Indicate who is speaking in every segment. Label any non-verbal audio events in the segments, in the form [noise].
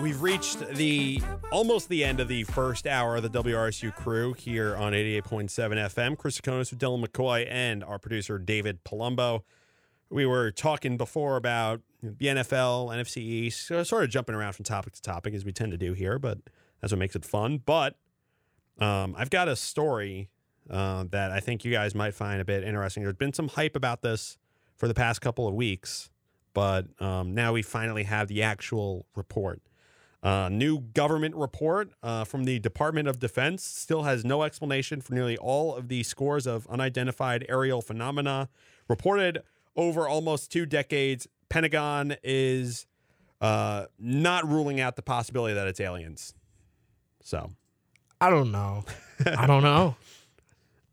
Speaker 1: we've reached the almost the end of the first hour of the WRSU crew here on 88.7 FM. Chris Aconis with Dylan McCoy and our producer David Palumbo. We were talking before about the NFL, NFC East, so sort of jumping around from topic to topic as we tend to do here, but that's what makes it fun. But um, I've got a story uh, that I think you guys might find a bit interesting. There's been some hype about this for the past couple of weeks, but um, now we finally have the actual report. Uh, new government report uh, from the Department of Defense still has no explanation for nearly all of the scores of unidentified aerial phenomena reported over almost two decades. Pentagon is uh, not ruling out the possibility that it's aliens. So
Speaker 2: I don't know. I don't know.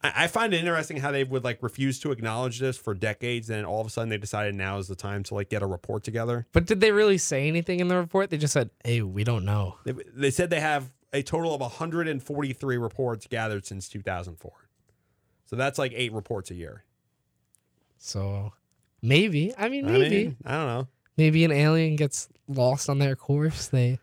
Speaker 1: I, I find it interesting how they would like refuse to acknowledge this for decades, then all of a sudden they decided now is the time to like get a report together.
Speaker 2: But did they really say anything in the report? They just said, "Hey, we don't know."
Speaker 1: They, they said they have a total of 143 reports gathered since 2004. So that's like eight reports a year.
Speaker 2: So maybe. I mean,
Speaker 1: I
Speaker 2: maybe.
Speaker 1: mean, I don't know.
Speaker 2: Maybe an alien gets lost on their course. They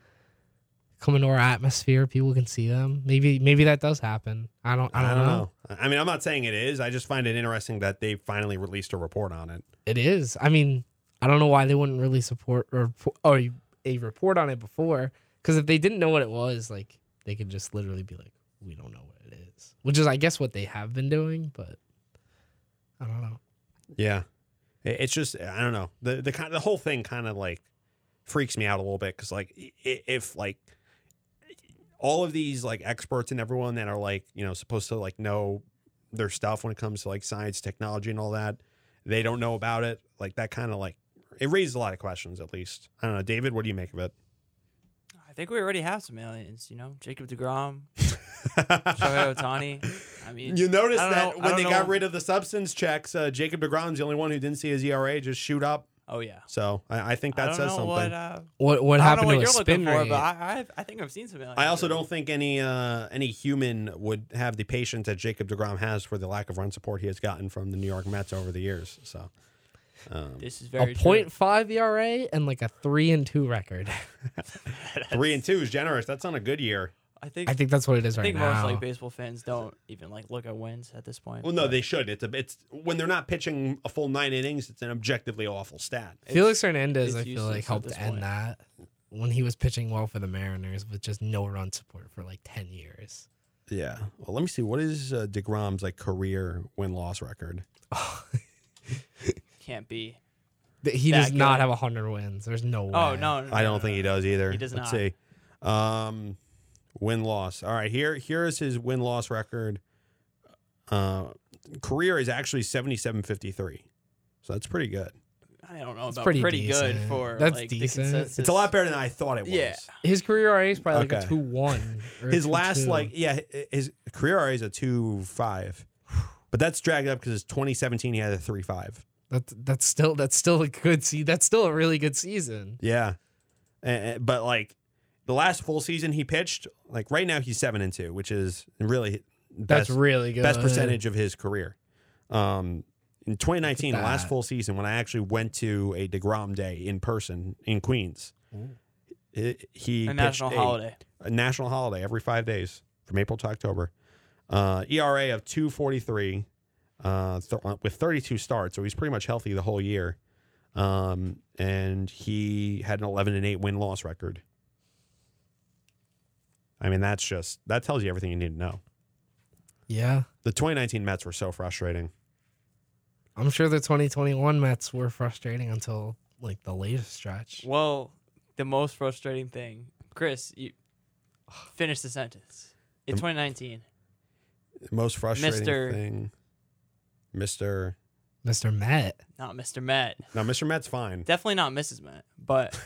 Speaker 2: come into our atmosphere. People can see them. Maybe. Maybe that does happen. I don't. I don't, know.
Speaker 1: I mean, I'm not saying it is. I just find it interesting that they finally released a report on it.
Speaker 2: It is. I mean, I don't know why they wouldn't really support or or a report on it before. Because if they didn't know what it was, like they could just literally be like, "We don't know what it is," which is, I guess, what they have been doing. But I don't know.
Speaker 1: Yeah, It- it's just I don't know the the kind the whole thing kind of like freaks me out a little bit because like i- i- if like all of these like experts and everyone that are like you know supposed to like know their stuff when it comes to like science, technology, and all that, they don't know about it. Like that kind of like it raises a lot of questions. At least I don't know, David. What do you make of it?
Speaker 3: I think we already have some aliens. You know, Jacob
Speaker 1: [laughs]
Speaker 3: Degrom, Shohei Otani. I mean,
Speaker 1: You notice
Speaker 3: I don't
Speaker 1: that
Speaker 3: know- I
Speaker 1: when
Speaker 3: don't
Speaker 1: they got
Speaker 3: know.
Speaker 1: rid of the substance checks, uh, Jacob Degrom's the only one who didn't see his ERA just shoot up.
Speaker 3: oh yeah.
Speaker 1: So I, I think that
Speaker 3: I don't
Speaker 1: says
Speaker 3: know
Speaker 1: something.
Speaker 3: What, uh,
Speaker 2: What what
Speaker 3: I don't
Speaker 2: happened
Speaker 3: know what
Speaker 2: to
Speaker 3: you're
Speaker 2: a
Speaker 3: looking
Speaker 2: spin
Speaker 3: for,
Speaker 2: rate?
Speaker 3: but I, I, I think I've seen some aliens.
Speaker 1: I also don't think any uh, any human would have the patience that Jacob Degrom has for the lack of run support he has gotten from the New York Mets over the years. So Um,
Speaker 3: This is
Speaker 2: a
Speaker 3: very
Speaker 2: point five ERA and like a three and two
Speaker 3: [laughs]
Speaker 2: record.
Speaker 3: True.
Speaker 1: three and two is generous. That's not a good year.
Speaker 3: I think.
Speaker 2: I think that's what it is
Speaker 3: I
Speaker 2: right
Speaker 3: think most
Speaker 2: now.
Speaker 3: like baseball fans don't even like look at wins at this point.
Speaker 1: Well, no,
Speaker 3: but
Speaker 1: they should. It's a it's when they're not pitching a full nine innings, it's an objectively awful stat.
Speaker 2: Felix Hernandez,
Speaker 3: it's
Speaker 2: I feel like
Speaker 3: useless at
Speaker 2: helped
Speaker 3: this
Speaker 2: end
Speaker 3: point.
Speaker 2: that when he was pitching well for the Mariners with just no run support for like ten
Speaker 3: [laughs]
Speaker 2: years.
Speaker 1: Yeah. Well, let me see. What is uh, Degrom's like career win loss record?
Speaker 3: can't be.
Speaker 2: Th- He
Speaker 3: That
Speaker 2: does not
Speaker 3: good.
Speaker 2: have hundred wins. There's no way.
Speaker 3: Oh no, no,
Speaker 1: I
Speaker 3: no,
Speaker 1: don't think he does either.
Speaker 3: He does
Speaker 1: Let's
Speaker 3: not.
Speaker 1: see. Um, win loss. All right, here here is his win loss record. Uh, career is actually seventy seven fifty three, so that's pretty good.
Speaker 3: I don't know
Speaker 2: It's
Speaker 3: about
Speaker 2: pretty
Speaker 3: pretty, good
Speaker 2: decent.
Speaker 3: for
Speaker 2: That's
Speaker 3: like,
Speaker 2: decent.
Speaker 3: The
Speaker 2: It's
Speaker 3: consensus.
Speaker 1: It's a lot better than I thought it was.
Speaker 3: Yeah.
Speaker 2: His career RA is probably like
Speaker 1: Okay.
Speaker 2: a two one.
Speaker 1: His last like yeah, hi- his career RA is a two five, but that's dragged up because twenty seventeen he had a three five.
Speaker 2: that's that's still that's still a good see that's still a really good season.
Speaker 1: Yeah, And- and- but like the last full season he pitched, like right now he's seven and two, which is really
Speaker 2: That's
Speaker 1: best,
Speaker 2: really good.
Speaker 1: best percentage of his career. Um, in 2019, the
Speaker 2: Look at
Speaker 1: last
Speaker 2: that.
Speaker 1: full season, when I actually went to a Degrom day in person in Queens, i- he
Speaker 3: A national
Speaker 1: pitched
Speaker 3: holiday.
Speaker 1: a national holiday every five days from April to October. Uh, ERA of 243 uh, th- with 32 starts, so he's pretty much healthy the whole year. Um, and he had an 11 and 8 win loss record. I mean, that's just that tells you everything you need to know.
Speaker 2: Yeah.
Speaker 1: The 2019 Mets were so frustrating.
Speaker 2: I'm sure the 2021 Mets were frustrating until like the latest stretch.
Speaker 3: Well, the most frustrating thing, Chris, you finish the sentence.
Speaker 1: Um,
Speaker 3: In 2019,
Speaker 1: Most frustrating
Speaker 3: Mr.
Speaker 1: thing. Mr.
Speaker 2: Mr. Met.
Speaker 3: not Mr. Met,
Speaker 1: No, Mr. Met's fine.
Speaker 3: definitely not Mrs. Met, but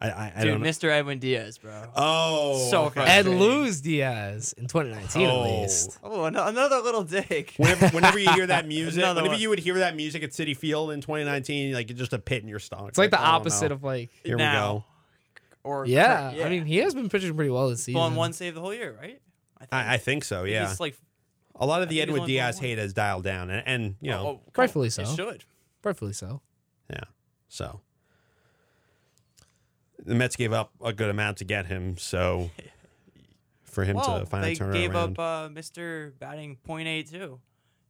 Speaker 1: I I, [laughs] I
Speaker 3: dude,
Speaker 1: don't know.
Speaker 3: Mr. Edwin Diaz, bro.
Speaker 1: Oh,
Speaker 3: So
Speaker 2: Ed
Speaker 3: Frustrating.
Speaker 2: Luz Diaz in 2019
Speaker 1: Oh.
Speaker 2: at least.
Speaker 3: oh, an- another
Speaker 1: [laughs]
Speaker 3: little dig.
Speaker 1: Whenever, whenever you hear
Speaker 3: [laughs]
Speaker 1: that music,
Speaker 3: Another
Speaker 1: whenever
Speaker 3: one.
Speaker 1: you would hear that music at City Field in 2019, like it's just a pit in your stomach.
Speaker 2: It's like the opposite of like
Speaker 1: Here we go.
Speaker 3: Now. Or
Speaker 2: yeah, I mean he has been pitching pretty well this season.
Speaker 3: on one save the whole year, right?
Speaker 1: I, I think so. Yeah,
Speaker 3: He's like,
Speaker 1: a lot of the
Speaker 3: think he's
Speaker 1: Edward
Speaker 3: only been
Speaker 1: Diaz
Speaker 3: one.
Speaker 1: hate has dialed down, and, and you know,
Speaker 3: oh, oh,
Speaker 2: Rightfully
Speaker 3: it
Speaker 2: so.
Speaker 3: should.
Speaker 2: Perfectly so.
Speaker 1: yeah. So the Mets gave up a good amount to get him,
Speaker 3: [laughs]
Speaker 1: so for him
Speaker 3: well,
Speaker 1: to finally
Speaker 3: they
Speaker 1: turn
Speaker 3: gave
Speaker 1: around.
Speaker 3: up uh, Mr. Batting .82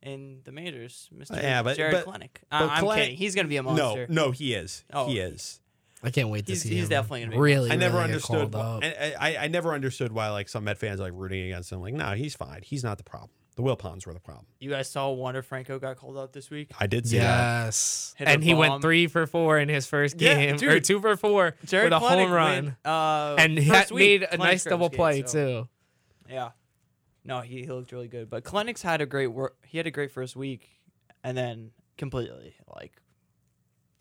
Speaker 3: in the majors. Mr.
Speaker 1: Yeah, but-
Speaker 3: Jared
Speaker 1: but-
Speaker 3: Klenick.
Speaker 1: but
Speaker 3: I- I'm
Speaker 1: Klenick-
Speaker 3: kidding. He's gonna be a monster.
Speaker 1: No, no, he is.
Speaker 3: Oh.
Speaker 1: He is.
Speaker 2: I can't wait to
Speaker 3: He's-
Speaker 2: see
Speaker 3: he's
Speaker 2: him
Speaker 3: definitely gonna be-
Speaker 2: really.
Speaker 1: I never
Speaker 2: really get
Speaker 1: understood.
Speaker 2: called
Speaker 1: Why,
Speaker 2: up.
Speaker 1: I, I, I never understood why like some Met fans are like rooting against him. Like, no, he's fine. He's not the problem. The Wilpons were the problem.
Speaker 3: You guys saw Wander Franco got called up this week.
Speaker 1: I did see that.
Speaker 2: Yes,
Speaker 3: Hit a
Speaker 2: and he
Speaker 3: bomb.
Speaker 2: went three for four in his first
Speaker 3: Yeah,
Speaker 2: game, or
Speaker 3: dude.
Speaker 2: two for four
Speaker 3: Jared
Speaker 2: with a
Speaker 3: Klenick
Speaker 2: home run,
Speaker 3: went, uh,
Speaker 2: and he had-
Speaker 3: first
Speaker 2: made
Speaker 3: week,
Speaker 2: a
Speaker 3: Klenick
Speaker 2: nice
Speaker 3: grabs
Speaker 2: double
Speaker 3: games,
Speaker 2: play
Speaker 3: so-
Speaker 2: too.
Speaker 3: Yeah. No, he, he looked really good. But Klenick's had a great work. He had a great first week, and then completely like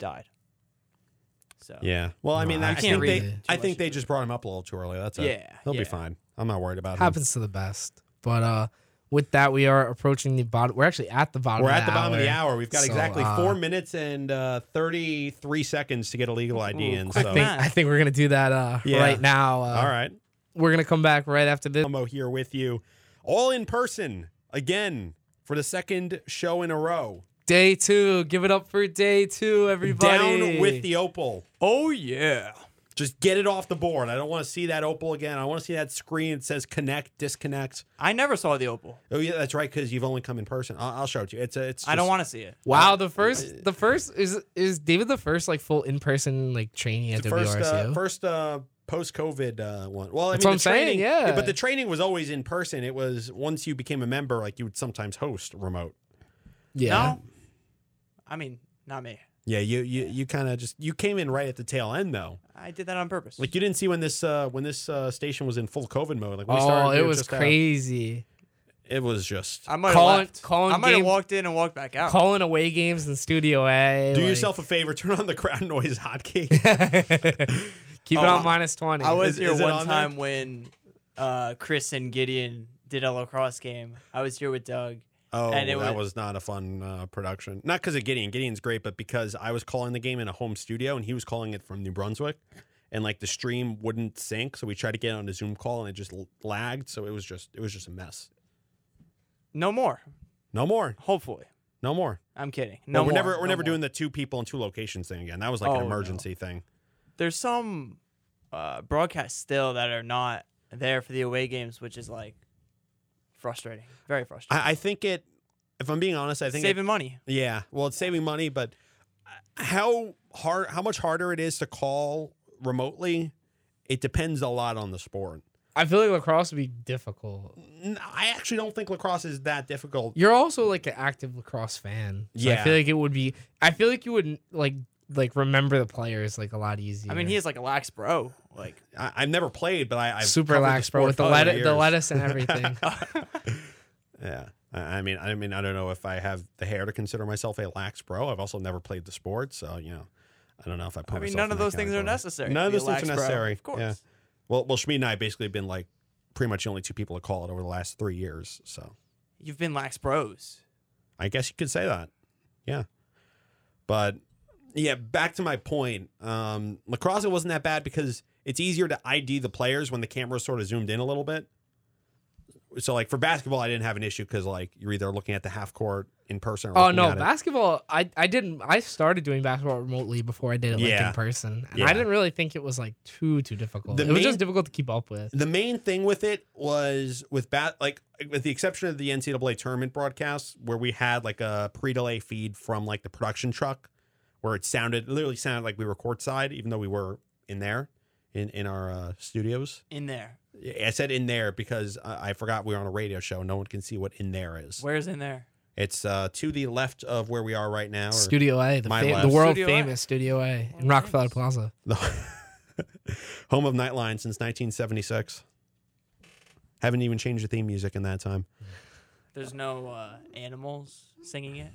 Speaker 3: died. So
Speaker 1: Yeah. Well, I mean,
Speaker 2: No,
Speaker 1: I,
Speaker 2: I
Speaker 1: think
Speaker 2: can't
Speaker 1: they,
Speaker 2: read it.
Speaker 1: I
Speaker 3: Too
Speaker 1: think
Speaker 3: much
Speaker 1: they
Speaker 3: into
Speaker 1: just brought him up a little too early. That's it.
Speaker 3: Yeah,
Speaker 1: He'll be
Speaker 3: yeah.
Speaker 1: fine. I'm not worried about him.
Speaker 2: Happens to the best. But uh, with that, we are approaching the bottom. We're actually at the bottom.
Speaker 1: We're
Speaker 2: of
Speaker 1: at the bottom of the
Speaker 2: hour.
Speaker 1: hour. We've got
Speaker 2: So,
Speaker 1: exactly
Speaker 2: uh,
Speaker 1: four minutes and uh, 33 seconds to get a legal ID
Speaker 3: Ooh,
Speaker 1: in.
Speaker 3: quick
Speaker 1: So,
Speaker 2: I think I think we're gonna do that uh,
Speaker 1: Yeah.
Speaker 2: right now. Uh,
Speaker 1: all right.
Speaker 2: we're gonna come back right after this.
Speaker 1: Elmo here with you, all in person again for the second show in a row.
Speaker 2: Day two, give it up for day two, everybody.
Speaker 1: Down with the opal.
Speaker 3: Oh yeah.
Speaker 1: Just get it off the board. I don't want to see that opal again. I want to see that screen that says connect, disconnect.
Speaker 3: I never saw the opal.
Speaker 1: Oh yeah, that's right because you've only come in person. I'll, I'll show it to you. It's a, it's.
Speaker 3: I don't
Speaker 1: just-
Speaker 3: want to see it.
Speaker 2: wow. The first, the first is is David the first like full in person like training at
Speaker 1: the
Speaker 2: WRSU.
Speaker 1: first uh, first uh, post COVID uh, one. Well, I
Speaker 2: E That's
Speaker 1: mean, the
Speaker 2: what I'm saying,
Speaker 1: training,
Speaker 2: yeah.
Speaker 1: But the training was always in person. It was once you became a member, like you would sometimes host remote.
Speaker 2: yeah,
Speaker 3: No. I mean, not me.
Speaker 1: Yeah, you you you kind of just you came in right at the tail end though.
Speaker 3: I did that on purpose.
Speaker 1: Like you didn't see when this uh, when this uh, station was in full COVID mode. Like we
Speaker 2: oh,
Speaker 1: started, we
Speaker 2: it
Speaker 1: were
Speaker 2: was
Speaker 1: just, uh,
Speaker 2: crazy.
Speaker 1: it was just
Speaker 3: I might have
Speaker 2: Colin-
Speaker 3: left.
Speaker 2: Colin
Speaker 3: I might have
Speaker 2: Game-
Speaker 3: walked in and walked back out.
Speaker 2: Calling away games in Studio A.
Speaker 1: Do
Speaker 2: like-
Speaker 1: yourself
Speaker 2: [laughs]
Speaker 1: a Oh, favor, [laughs] turn on the crowd noise hotkey.
Speaker 2: Keep
Speaker 3: Oh,
Speaker 2: it on
Speaker 3: I-
Speaker 2: minus twenty.
Speaker 3: I was
Speaker 1: Is-
Speaker 3: here
Speaker 1: is it
Speaker 3: one
Speaker 1: on there?
Speaker 3: time when uh, Chris and Gideon did a lacrosse game. I was here with Doug.
Speaker 1: Oh,
Speaker 3: And it
Speaker 1: that
Speaker 3: was-
Speaker 1: was not a fun uh, production. Not because of Gideon. Gideon's great, but because I was calling the game in a home studio and he was calling it from New Brunswick, and like the stream wouldn't sync, so we tried to get on a Zoom call and it just l- lagged. So it was just it was just a mess.
Speaker 3: No more.
Speaker 1: No more.
Speaker 3: Hopefully,
Speaker 1: No more.
Speaker 3: I'm kidding. No,
Speaker 1: No, we're
Speaker 3: more.
Speaker 1: never we're
Speaker 3: No
Speaker 1: never
Speaker 3: more.
Speaker 1: doing the two people in two locations thing again. That was like
Speaker 3: Oh,
Speaker 1: an
Speaker 3: no.
Speaker 1: emergency thing.
Speaker 3: there's some uh, broadcasts still that are not there for the away games, which is like frustrating, very frustrating.
Speaker 1: I, I think it. If I'm being honest, I think it,
Speaker 3: Saving money.
Speaker 1: Yeah, well, it's saving money, but how hard, how much harder it is to call remotely, it depends a lot on the sport.
Speaker 2: I feel like lacrosse would be difficult.
Speaker 1: N- I actually don't think lacrosse is that difficult.
Speaker 2: You're also like an active lacrosse fan. So
Speaker 1: Yeah.
Speaker 2: I feel like it would be. I feel like you would like like remember the players like a lot easier.
Speaker 3: I mean, he is like a lax bro. Like,
Speaker 1: I, I've never played, but I I've
Speaker 2: super
Speaker 1: covered the
Speaker 2: lax, bro,
Speaker 1: sport
Speaker 2: with
Speaker 1: for
Speaker 2: the
Speaker 1: over
Speaker 2: lettuce, the
Speaker 1: years.
Speaker 2: lettuce and
Speaker 1: [laughs]
Speaker 2: everything.
Speaker 1: Yeah, I I mean, I mean, I don't know if I have the hair to consider myself a lax bro. I've also never played the sport, so you know, I don't know if I put.
Speaker 3: I mean,
Speaker 1: myself
Speaker 3: none
Speaker 1: in
Speaker 3: of
Speaker 1: that
Speaker 3: those things are
Speaker 1: category.
Speaker 3: necessary.
Speaker 1: None
Speaker 3: to
Speaker 1: of
Speaker 3: be a
Speaker 1: those things are
Speaker 3: lax bro.
Speaker 1: necessary,
Speaker 3: Of course.
Speaker 1: yeah. Well, well, Shmi and I have basically been like pretty much the only two people to call it over the last three years. So
Speaker 3: You've been lax bros.
Speaker 1: I guess you could say that. Yeah. But yeah, back to my point. Um, lacrosse it wasn't that bad because it's easier to ID the players when the camera sort of zoomed in a little bit. So like for basketball, I didn't have an issue because like you're either looking at the half court in person. Or
Speaker 2: oh
Speaker 1: looking
Speaker 2: no,
Speaker 1: at it.
Speaker 2: basketball. I I didn't. I started doing basketball remotely before I did it like
Speaker 1: Yeah.
Speaker 2: in person, and
Speaker 1: Yeah.
Speaker 2: I didn't really think it was like too too difficult.
Speaker 1: The
Speaker 2: it was
Speaker 1: main-
Speaker 2: just difficult to keep up with.
Speaker 1: The main thing with it was with bat, like with the exception of the NCAA tournament broadcasts, where we had like a pre-delay feed from like the production truck, where it sounded literally sounded like we were courtside, even though we were in there, in in our uh, studios.
Speaker 3: In there.
Speaker 1: I said in there because I, I forgot we were on a radio show. No one can see what in there is.
Speaker 3: Where's in there?
Speaker 1: It's uh, to the left of where we are right now. or-
Speaker 2: Studio A, the,
Speaker 1: My
Speaker 2: fam-
Speaker 1: left.
Speaker 2: the world
Speaker 3: Studio A.
Speaker 2: famous Studio A
Speaker 3: Well,
Speaker 2: in Rockefeller
Speaker 3: thanks.
Speaker 2: Plaza.
Speaker 1: The [laughs] home of Nightline since 1976. Haven't even changed the theme music in that time.
Speaker 3: There's no uh, animals singing it.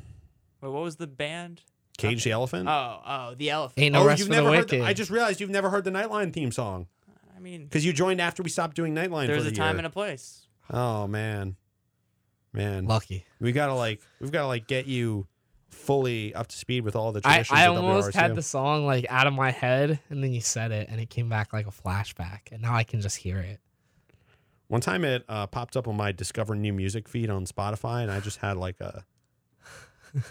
Speaker 3: Wait, what was the band?
Speaker 1: Cage the Elephant.
Speaker 3: Oh, oh, the elephant.
Speaker 2: Ain't no rest for the
Speaker 1: heard. The,
Speaker 2: wicked.
Speaker 1: I just realized you've never heard the Nightline theme song
Speaker 3: I mean,
Speaker 1: because you joined after we stopped doing Nightline.
Speaker 3: there's
Speaker 1: for
Speaker 3: a
Speaker 1: the uh,
Speaker 3: time
Speaker 1: year.
Speaker 3: and a place.
Speaker 1: Oh man, man,
Speaker 2: lucky.
Speaker 1: we gotta like we've gotta like get you fully up to speed with all the
Speaker 2: I,
Speaker 1: traditions.
Speaker 2: I
Speaker 1: of
Speaker 2: almost had
Speaker 1: WRSU.
Speaker 2: the song like out of my head, and then you said it, and it came back like a flashback, and now I can just hear it.
Speaker 1: One time it uh, popped up on my Discover New Music feed on Spotify, and I just had like a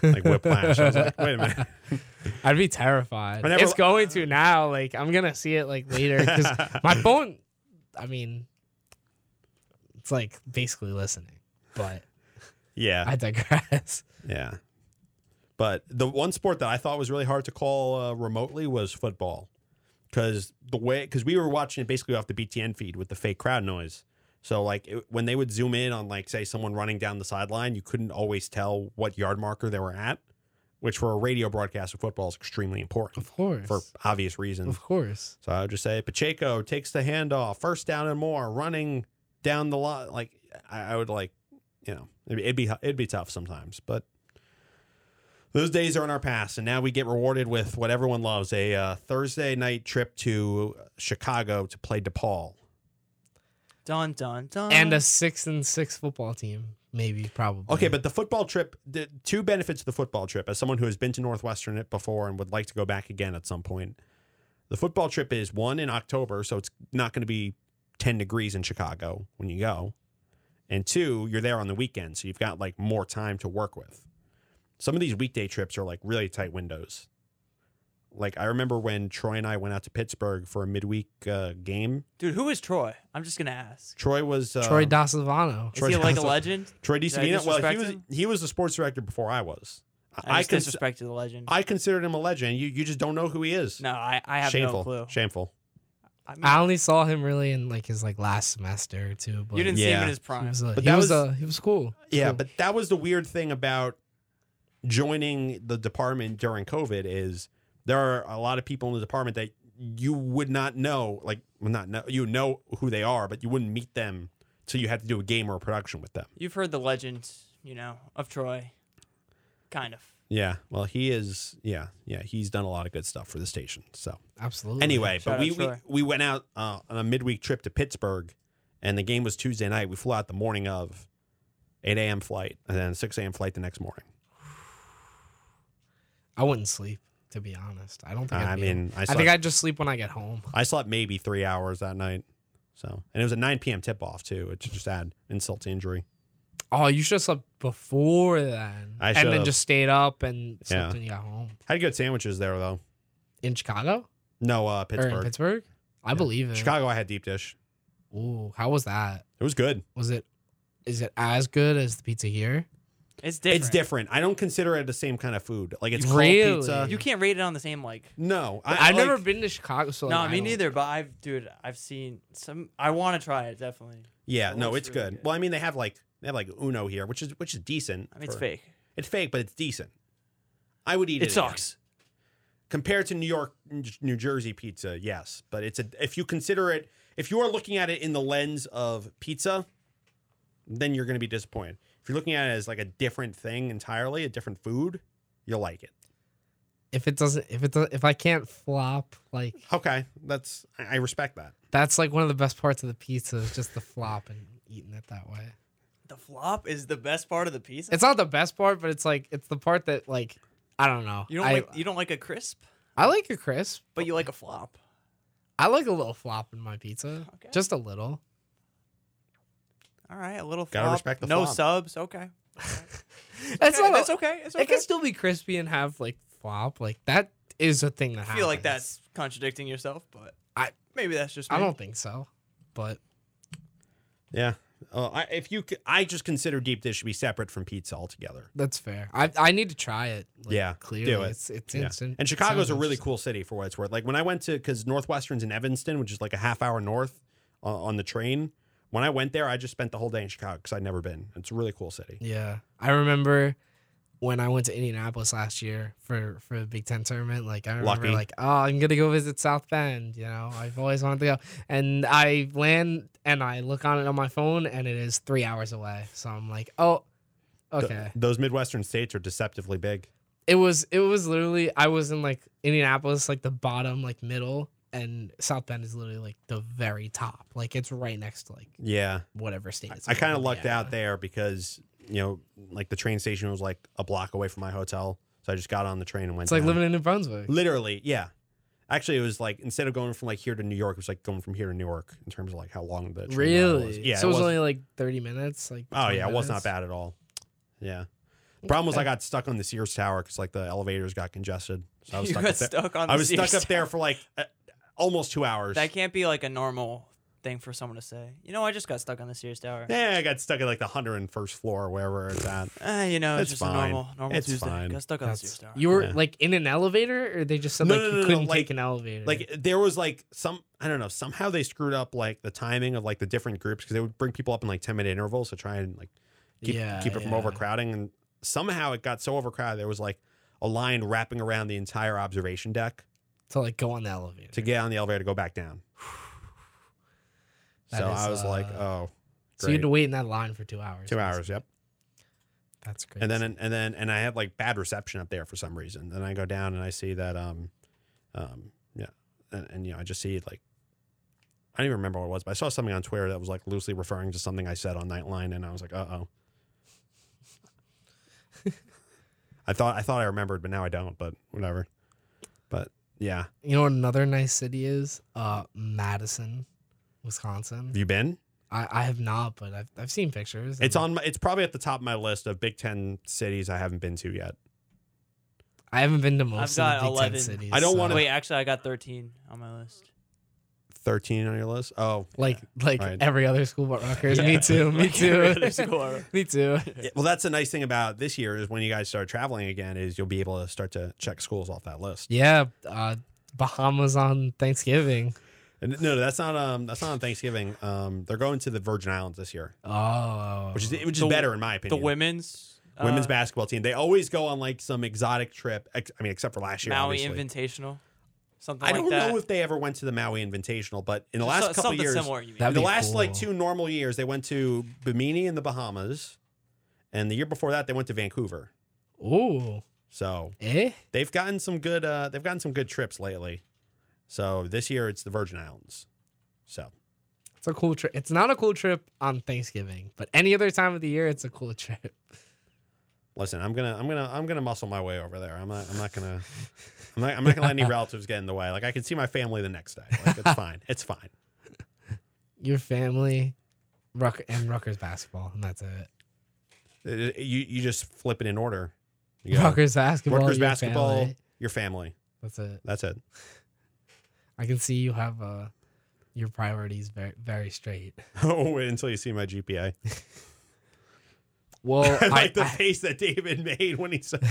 Speaker 1: like whiplash. I was like, wait a minute.
Speaker 2: [laughs] I'd be terrified.
Speaker 1: I never-
Speaker 2: it's going to now. Like I'm gonna see it like later because
Speaker 1: [laughs]
Speaker 2: [laughs] my phone. I mean, it's like basically listening, but
Speaker 1: Yeah,
Speaker 2: I digress.
Speaker 1: yeah. But the one sport that I thought was really hard to call uh, remotely was football, because the way because we were watching it basically off the BTN feed with the fake crowd noise. So like it, when they would zoom in on like say someone running down the sideline, you couldn't always tell what yard marker they were at, which for a radio broadcast of football is extremely important
Speaker 2: Of course,
Speaker 1: for obvious reasons.
Speaker 2: of course.
Speaker 1: So I would just say Pacheco takes the handoff, first down and more, running down the lot. Like I, I would like, you know, it'd, it'd be it'd be tough sometimes, but those days are in our past, and now we get rewarded with what everyone loves: a uh, Thursday night trip to Chicago to play DePaul.
Speaker 3: Dun dun dun.
Speaker 2: And a six and six football team, maybe probably.
Speaker 1: Okay, but the football trip, the two benefits of the football trip, as someone who has been to Northwestern it before and would like to go back again at some point, the football trip is one in October, so it's not going to be 10 degrees in Chicago when you go. And two, you're there on the weekend, so you've got like more time to work with. Some of these weekday trips are like really tight windows. Like I remember when Troy and I went out to Pittsburgh for a midweek uh, game.
Speaker 3: Dude, who is Troy? I'm just gonna ask.
Speaker 1: Troy was uh,
Speaker 2: Troy Da Silvano.
Speaker 3: Is
Speaker 1: Troy
Speaker 3: he like a
Speaker 1: Dawson.
Speaker 3: legend?
Speaker 1: Troy
Speaker 3: Did I
Speaker 1: DeSavino. Well, he
Speaker 3: disrespect
Speaker 1: was
Speaker 3: him?
Speaker 1: he was the sports director before I was.
Speaker 3: I, just
Speaker 1: cons-
Speaker 3: disrespected the legend.
Speaker 1: I considered him a legend. You you just don't know who he is.
Speaker 3: no, I, I have
Speaker 1: Shameful.
Speaker 3: no clue.
Speaker 1: Shameful.
Speaker 3: I mean,
Speaker 2: I only saw him really in like his like last semester or two. But
Speaker 3: you didn't see him
Speaker 1: Yeah.
Speaker 3: in his
Speaker 2: He
Speaker 3: prime.
Speaker 2: was, a,
Speaker 1: But
Speaker 2: he
Speaker 1: that
Speaker 2: was,
Speaker 1: was-
Speaker 2: a- he was cool.
Speaker 1: Yeah,
Speaker 2: Cool.
Speaker 1: but that was the weird thing about joining the department during COVID is there are a lot of people in the department that you would not know, like well, not know you know who they are, but you wouldn't meet them till you had to do a game or a production with them.
Speaker 3: You've heard the legend, you know, of Troy. Kind of.
Speaker 1: Yeah. Well, he is. Yeah. Yeah. He's done a lot of good stuff for the station. So.
Speaker 2: absolutely.
Speaker 1: Anyway,
Speaker 3: Shout
Speaker 1: but
Speaker 3: out
Speaker 1: we, we
Speaker 3: Troy.
Speaker 1: we went out uh, on a midweek trip to Pittsburgh, and the game was Tuesday night. We flew out the morning of, eight a.m. flight, and then six a.m. flight the next morning.
Speaker 2: I wouldn't sleep to be honest. I don't think. I'd
Speaker 1: I
Speaker 2: be
Speaker 1: mean, I
Speaker 2: I
Speaker 1: slept,
Speaker 2: think
Speaker 1: I,
Speaker 2: I'd just sleep when I get home.
Speaker 1: slept maybe three hours that night. So, and it was a nine p.m. tip off too, which just add insult to injury.
Speaker 2: Oh, you should have slept before then.
Speaker 1: I
Speaker 2: and then
Speaker 1: should've.
Speaker 2: just stayed up and slept
Speaker 1: Yeah.
Speaker 2: when you got home.
Speaker 1: Had good sandwiches there though.
Speaker 2: In Chicago?
Speaker 1: No, uh,
Speaker 2: Or in
Speaker 1: Pittsburgh,
Speaker 2: Pittsburgh? I
Speaker 1: Yeah.
Speaker 2: believe it.
Speaker 1: Chicago. I had deep dish.
Speaker 2: Ooh, how was that?
Speaker 1: It was good.
Speaker 2: Was it is it as good as the pizza here?
Speaker 3: It's different.
Speaker 1: It's different. I don't consider it the same kind of food. Like it's
Speaker 2: Really?
Speaker 1: called pizza.
Speaker 3: You can't rate it on the same like.
Speaker 1: no,
Speaker 2: I,
Speaker 1: I,
Speaker 2: have never
Speaker 1: like-
Speaker 2: been to Chicago, so
Speaker 3: no,
Speaker 2: like, I
Speaker 3: me
Speaker 2: don't-
Speaker 3: neither. But I've, dude, I've seen some. I want to try it definitely.
Speaker 1: Yeah,
Speaker 3: It
Speaker 1: no,
Speaker 3: looks
Speaker 1: it's
Speaker 3: really
Speaker 1: good.
Speaker 3: good.
Speaker 1: Well, I mean, they have like they have like Uno here, which is which is decent.
Speaker 3: I mean, it's
Speaker 1: for-
Speaker 3: fake.
Speaker 1: It's fake, but it's decent. I would eat it.
Speaker 3: It
Speaker 1: again.
Speaker 3: sucks.
Speaker 1: compared to New York, New Jersey pizza. Yes, but it's a if you consider it, if you are looking at it in the lens of pizza, then you're going to be disappointed. If you're looking at it as like a different thing entirely, a different food, you'll like it.
Speaker 2: If it doesn't if it does, if I can't flop, like
Speaker 1: Okay, that's I I respect that.
Speaker 2: that's like one of the best parts of the pizza is just the flop and eating it that way.
Speaker 3: The flop is the best part of the pizza.
Speaker 2: It's not the best part, but it's like it's the part that like I don't know.
Speaker 3: you don't
Speaker 2: I,
Speaker 3: like you don't like a crisp,
Speaker 2: I like a crisp.
Speaker 3: but you like a flop.
Speaker 2: I like a little flop in my pizza.
Speaker 3: Okay.
Speaker 2: Just a little.
Speaker 3: All right, a little flop.
Speaker 1: Gotta respect the
Speaker 3: no
Speaker 1: flop.
Speaker 3: subs. Okay,
Speaker 2: That's
Speaker 3: okay,
Speaker 2: not
Speaker 3: that's
Speaker 2: a,
Speaker 3: okay. It's okay.
Speaker 2: It can still be crispy and have like flop. Like that is a thing that
Speaker 3: I
Speaker 2: happens.
Speaker 3: feel like that's contradicting yourself, but
Speaker 2: I-
Speaker 3: maybe that's just. Me.
Speaker 2: I don't think so, but
Speaker 1: Yeah. Uh, I, if you, c- I just consider deep dish to be separate from pizza altogether.
Speaker 2: that's fair. I I need to try it. Like,
Speaker 1: Yeah,
Speaker 2: clearly
Speaker 1: do it.
Speaker 2: it's it's
Speaker 1: Yeah.
Speaker 2: instant.
Speaker 1: And
Speaker 2: it
Speaker 1: Chicago's a
Speaker 2: sounds
Speaker 1: really
Speaker 2: interesting.
Speaker 1: cool city for what it's worth. Like when I went to, because Northwestern's in Evanston, which is like a half hour north uh, on the train. When I went there, I just spent the whole day in Chicago because I'd never been. It's a really cool city.
Speaker 2: Yeah, I remember when I went to Indianapolis last year for for the Big Ten tournament. Like I remember,
Speaker 1: Lucky.
Speaker 2: like oh, I'm gonna go visit South Bend. You know, I've always wanted to go, and I land and I look on it on my phone, and it is three hours away. So I'm like, oh,
Speaker 1: Th-
Speaker 2: okay.
Speaker 1: those Midwestern states are deceptively big.
Speaker 2: it was it was literally I was in like Indianapolis, like the bottom, like middle, and South Bend is literally like the very top. Like it's right next to like
Speaker 1: Yeah.
Speaker 2: whatever state. It's
Speaker 1: I kind of
Speaker 2: in.
Speaker 1: lucked
Speaker 2: Yeah.
Speaker 1: out there because, you know, like the train station was like a block away from my hotel. So I just got on the train and went
Speaker 2: It's like
Speaker 1: down.
Speaker 2: living in New Brunswick.
Speaker 1: Literally, yeah. Actually, it was like instead of going from like here to New York, it was like going from here to New York in terms of like how long the train ride
Speaker 2: Really?
Speaker 1: was. Yeah.
Speaker 2: So it was
Speaker 1: wasn't-
Speaker 2: only like thirty minutes. Like
Speaker 1: Oh
Speaker 2: 20
Speaker 1: yeah, it was not
Speaker 2: minutes?
Speaker 1: bad at all. Yeah. Problem was I got stuck on the Sears Tower because like the elevators got congested.
Speaker 3: [laughs]
Speaker 1: So I was
Speaker 3: you
Speaker 1: stuck
Speaker 3: got
Speaker 1: up there.
Speaker 3: stuck on.
Speaker 1: I
Speaker 3: the
Speaker 1: was stuck
Speaker 3: Sears
Speaker 1: up there for like uh, almost two hours.
Speaker 3: That can't be like a normal thing for someone to say. You know, I just got stuck on the Sears Tower.
Speaker 1: Yeah, I got stuck at like the hundred and first floor or wherever it's at.
Speaker 3: Eh, you know, it's
Speaker 1: That's
Speaker 3: just a
Speaker 1: fine.
Speaker 3: normal, normal
Speaker 1: It's
Speaker 3: Tuesday.
Speaker 1: fine.
Speaker 3: Got stuck on
Speaker 2: That's-
Speaker 3: the Sears Tower.
Speaker 2: you were
Speaker 1: Yeah.
Speaker 2: like in an elevator, or they just said
Speaker 1: No,
Speaker 2: like
Speaker 1: no,
Speaker 2: you
Speaker 1: no, no,
Speaker 2: couldn't
Speaker 1: like-
Speaker 2: take an elevator.
Speaker 1: Like there was like some I don't know somehow they screwed up like the timing of like the different groups because they would bring people up in like ten minute intervals to try and like keep
Speaker 2: Yeah,
Speaker 1: keep it from
Speaker 2: yeah.
Speaker 1: overcrowding and somehow it got so overcrowded there was like a line wrapping around the entire observation deck
Speaker 2: to like go on the elevator.
Speaker 1: to get on the elevator to go back down.
Speaker 2: [sighs] That
Speaker 1: so
Speaker 2: is,
Speaker 1: I was like,
Speaker 2: uh,
Speaker 1: oh,
Speaker 2: so you had
Speaker 1: great.
Speaker 2: to wait in that line for two hours.
Speaker 1: two hours, yep.
Speaker 2: That's crazy.
Speaker 1: and then and then and I had like bad reception up there for some reason. Then I go down and I see that um, um, yeah, and, and you know I just see like I don't even remember what it was, but I saw something on Twitter that was like loosely referring to something I said on Nightline, and I was like, uh
Speaker 2: [laughs]
Speaker 1: oh. I thought I thought I remembered, but now I don't. But whatever. But yeah,
Speaker 2: you know what another nice city is? Uh, Madison, Wisconsin.
Speaker 1: have you been?
Speaker 2: I, I have not, but I've, I've seen pictures.
Speaker 1: It's
Speaker 2: and
Speaker 1: on. My, it's probably at the top of my list of Big Ten cities I haven't been to yet.
Speaker 2: I haven't been to most
Speaker 3: got
Speaker 2: of the Big
Speaker 3: 11.
Speaker 2: Ten cities.
Speaker 1: I don't wanna-
Speaker 2: so,
Speaker 3: Wait, actually, I got 13 on my list.
Speaker 1: Thirteen on your list? Oh,
Speaker 2: like like
Speaker 1: Right.
Speaker 2: every other school but Rutgers. [laughs]
Speaker 3: Yeah.
Speaker 2: Me too.
Speaker 1: [laughs]
Speaker 2: Me
Speaker 3: [laughs] Like every other
Speaker 2: too.
Speaker 3: school ever.
Speaker 2: [laughs] me too.
Speaker 1: Yeah, well, that's the nice thing about this year is when you guys start traveling again is you'll be able to start to check schools off that list.
Speaker 2: Yeah. Uh, Bahamas on Thanksgiving.
Speaker 1: And no, that's not um that's not on Thanksgiving. Um, they're going to the Virgin Islands this year,
Speaker 2: Oh,
Speaker 1: which is which is
Speaker 3: Uh-huh. The-
Speaker 1: better in my
Speaker 3: The
Speaker 1: opinion.
Speaker 3: women's uh,
Speaker 1: women's basketball team they always go on like some exotic trip. Ex- I mean, except for last year,
Speaker 3: Maui
Speaker 1: obviously.
Speaker 3: Invitational, something
Speaker 1: I
Speaker 3: like
Speaker 1: don't
Speaker 3: that.
Speaker 1: know if they ever went to the Maui Invitational, but in the
Speaker 3: So-
Speaker 1: last couple
Speaker 3: something
Speaker 1: years,
Speaker 3: similar. You mean.
Speaker 1: in
Speaker 2: That'd
Speaker 1: the
Speaker 2: be
Speaker 1: last like
Speaker 2: cool.
Speaker 1: two normal years, they went to Bimini in the Bahamas, and the year before that they went to Vancouver.
Speaker 2: Ooh.
Speaker 1: So
Speaker 2: Eh?
Speaker 1: they've gotten some good uh they've gotten some good trips lately. So this year it's the Virgin Islands. So
Speaker 2: It's a cool trip. It's not a cool trip on Thanksgiving, but any other time of the year, it's a cool trip.
Speaker 1: listen, I'm gonna I'm gonna I'm gonna muscle my way over there. I'm not I'm not gonna I'm not, I'm not
Speaker 2: [laughs]
Speaker 1: gonna let any relatives get in the way. Like I can see my family the next day. Like it's fine. It's fine.
Speaker 2: Your family, Ruck and Rutgers basketball, and that's it.
Speaker 1: It- it- Uh, you you just flip it in order. You go,
Speaker 2: Rutgers basketball.
Speaker 1: Rutgers
Speaker 2: your
Speaker 1: basketball,
Speaker 2: family.
Speaker 1: your family.
Speaker 2: That's it.
Speaker 1: That's it. [laughs]
Speaker 2: I can see you have uh, your priorities very, very straight.
Speaker 1: Oh, wait until you see my [laughs] GPA.
Speaker 2: Well,
Speaker 1: I like the
Speaker 2: [laughs] I,
Speaker 1: face that David made when he said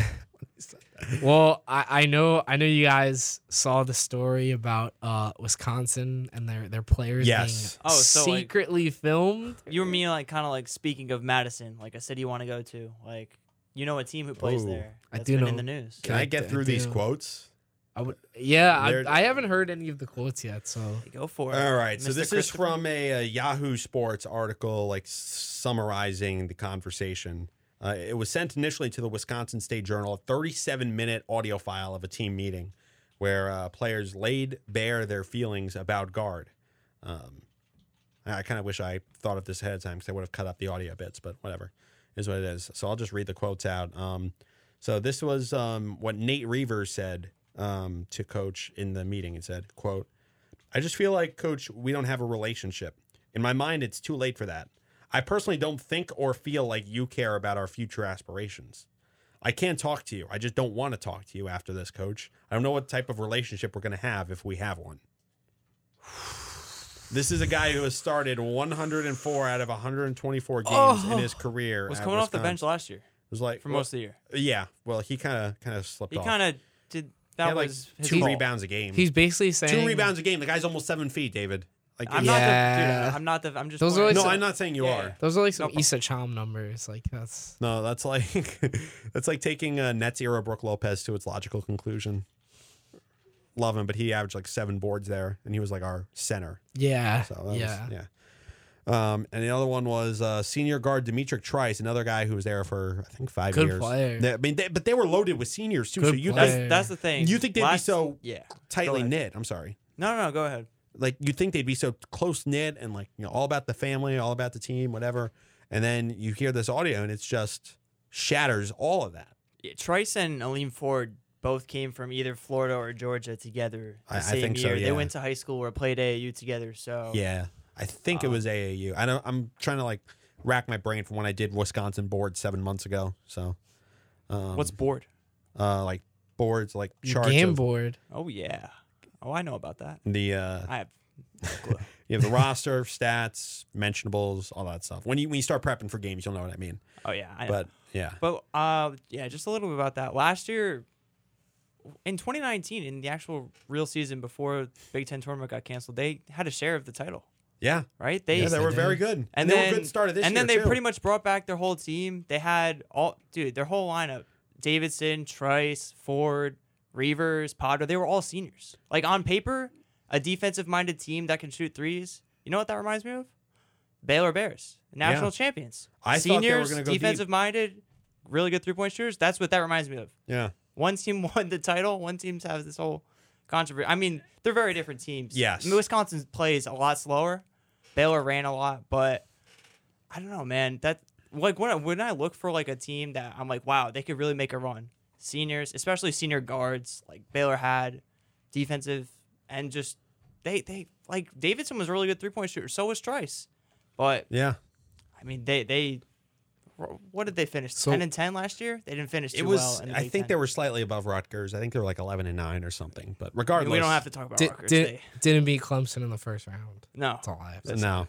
Speaker 2: well, I, I know, I know you guys saw the story about uh, Wisconsin and their their players
Speaker 1: Yes.
Speaker 2: being
Speaker 3: Oh, so, like-
Speaker 2: secretly filmed.
Speaker 3: You were me like kind of like speaking of Madison, like a city you want to go to, like you know a team who plays
Speaker 1: Ooh.
Speaker 3: there.
Speaker 2: I
Speaker 3: That's
Speaker 2: do
Speaker 3: been
Speaker 2: know-
Speaker 3: in the news.
Speaker 1: Can I get through these quotes?
Speaker 2: I would, yeah,
Speaker 1: They're- Mm.
Speaker 2: I, I haven't heard any of the quotes yet, so
Speaker 3: Go for it.
Speaker 1: All right. So
Speaker 3: Mr.
Speaker 1: this is
Speaker 3: Christopher.
Speaker 1: from a, uh Yahoo Sports article, like summarizing the conversation. Uh, it was sent initially to the Wisconsin State Journal, a 37 minute audio file of a team meeting where uh, players laid bare their feelings about guard. Um, I kind of wish I thought of this ahead of time because I would have cut up the audio bits, but whatever It is what it is. So I'll just read the quotes out. Um, so this was um, what Nate Reavers said um, to coach in the meeting. He said, "quote I just feel like, coach, we don't have a relationship. In my mind, it's too late for that. I personally don't think or feel like you care about our future aspirations. I can't talk to you. I just don't want to talk to you after this, coach. I don't know what type of relationship we're going to have if we have one. [sighs] This is a guy who has started 104 out of 124 games in his career.
Speaker 3: Oh. was
Speaker 1: at
Speaker 3: coming off the
Speaker 1: Wisconsin.
Speaker 3: bench last year
Speaker 1: It was like
Speaker 3: for most of the year.
Speaker 1: Yeah, well, he kind of kind of slipped
Speaker 3: He
Speaker 1: off.
Speaker 3: kind of did.
Speaker 1: He
Speaker 3: That
Speaker 1: had like
Speaker 3: was his
Speaker 1: two
Speaker 3: fault.
Speaker 1: rebounds a game.
Speaker 2: he's basically saying
Speaker 1: two rebounds a game. The guy's almost seven feet, David. Like
Speaker 3: I'm
Speaker 1: it's-
Speaker 3: not. The,
Speaker 2: Yeah.
Speaker 3: dude, I'm not the. I'm just.
Speaker 2: Those are like
Speaker 3: pointing-
Speaker 1: No,
Speaker 2: So-
Speaker 1: I'm not saying you
Speaker 3: Yeah,
Speaker 1: are.
Speaker 3: yeah.
Speaker 2: Those are like some
Speaker 3: No problem.
Speaker 2: Issa Chom numbers. Like that's
Speaker 1: No, that's like [laughs] that's like taking uh, Nets era Brooke Lopez to its logical conclusion. Love him, but he averaged like seven boards there, and he was like our center.
Speaker 2: yeah,
Speaker 1: So that
Speaker 2: yeah.
Speaker 1: was, yeah. Um, and the other one was uh, senior guard Demetric Trice, another guy who was there for I think five
Speaker 2: Good
Speaker 1: years.
Speaker 2: player.
Speaker 1: They- I mean, they, but they were loaded with seniors too. so
Speaker 2: Good
Speaker 1: you
Speaker 2: player.
Speaker 1: that's
Speaker 3: That's, that's the thing.
Speaker 1: You think they'd be
Speaker 3: Last-
Speaker 1: so-
Speaker 3: Yeah.
Speaker 1: tightly
Speaker 3: ahead.
Speaker 1: knit. I'm sorry.
Speaker 3: No, no, no. Go ahead.
Speaker 1: Like you think they'd be so close knit and like you know all about the family, all about the team, whatever. And then you hear this audio, and it's just shatters all of that.
Speaker 3: Yeah, Trice and Aleem Ford both came from either Florida or Georgia together. The
Speaker 1: I- I
Speaker 3: same
Speaker 1: think so,
Speaker 3: year.
Speaker 1: yeah.
Speaker 3: They went to high school or played AAU together. So
Speaker 1: Yeah, I think it
Speaker 3: Uh,
Speaker 1: was AAU. I don't. I'm trying to like rack my brain from when I did Wisconsin board seven months ago. So Um,
Speaker 3: What's board?
Speaker 1: uh, like boards, like charts?
Speaker 2: Game
Speaker 1: of
Speaker 2: board.
Speaker 3: Oh yeah. Oh, I know about that.
Speaker 1: The uh,
Speaker 3: I have no clue.
Speaker 1: you have the roster, [laughs] stats, mentionables, all that stuff. When you when you start prepping for games, you'll know what I mean.
Speaker 3: Oh yeah. I
Speaker 1: But yeah,
Speaker 3: But uh, yeah, just a little bit about that. Last year, in 2019, in the actual real season before Big Ten tournament got canceled, they had a share of the title,
Speaker 1: yeah,
Speaker 3: right? They
Speaker 1: yeah, they
Speaker 2: they
Speaker 1: were
Speaker 2: did.
Speaker 1: very good, and,
Speaker 3: and
Speaker 1: they
Speaker 3: then,
Speaker 1: were good to start of this
Speaker 3: and
Speaker 1: year
Speaker 3: then they
Speaker 1: too.
Speaker 3: pretty much brought back their whole team. They had all dude, their whole lineup: Davidson, Trice, Ford, Reavers, Potter. They were all seniors. Like on paper, a defensive-minded team that can shoot threes. You know what that reminds me of? Baylor Bears, national
Speaker 1: Yeah.
Speaker 3: champions.
Speaker 1: I thought they were
Speaker 3: seniors,
Speaker 1: gonna go deep.
Speaker 3: defensive-minded, really good three-point shooters. That's what that reminds me of.
Speaker 1: yeah,
Speaker 3: One team [laughs] won the title. One team's has this whole controversy. I mean, they're very different teams.
Speaker 1: Yes.
Speaker 3: I mean, Wisconsin plays a lot slower. Baylor ran a lot, but I don't know, man. That like when I, when I look for like a team that I'm like, wow, they could really make a run. Seniors, especially senior guards, like Baylor had, defensive, and just they they like Davidson was a really good three point shooter. So was Trice, but
Speaker 1: yeah.
Speaker 3: I mean they they. What did they finish?
Speaker 2: So-
Speaker 3: ten and ten last year. They didn't finish. Too
Speaker 1: It was.
Speaker 3: Well in the
Speaker 1: I
Speaker 3: Big
Speaker 1: think
Speaker 3: Ten.
Speaker 1: they were slightly above Rutgers. I think they were like eleven and nine or something. But
Speaker 3: I
Speaker 1: regardless,
Speaker 3: mean, we don't have to talk about
Speaker 2: Did,
Speaker 3: Rutgers.
Speaker 2: did,
Speaker 3: they-
Speaker 2: didn't beat Clemson in the first round.
Speaker 3: no,
Speaker 2: That's all I have to say.
Speaker 1: No,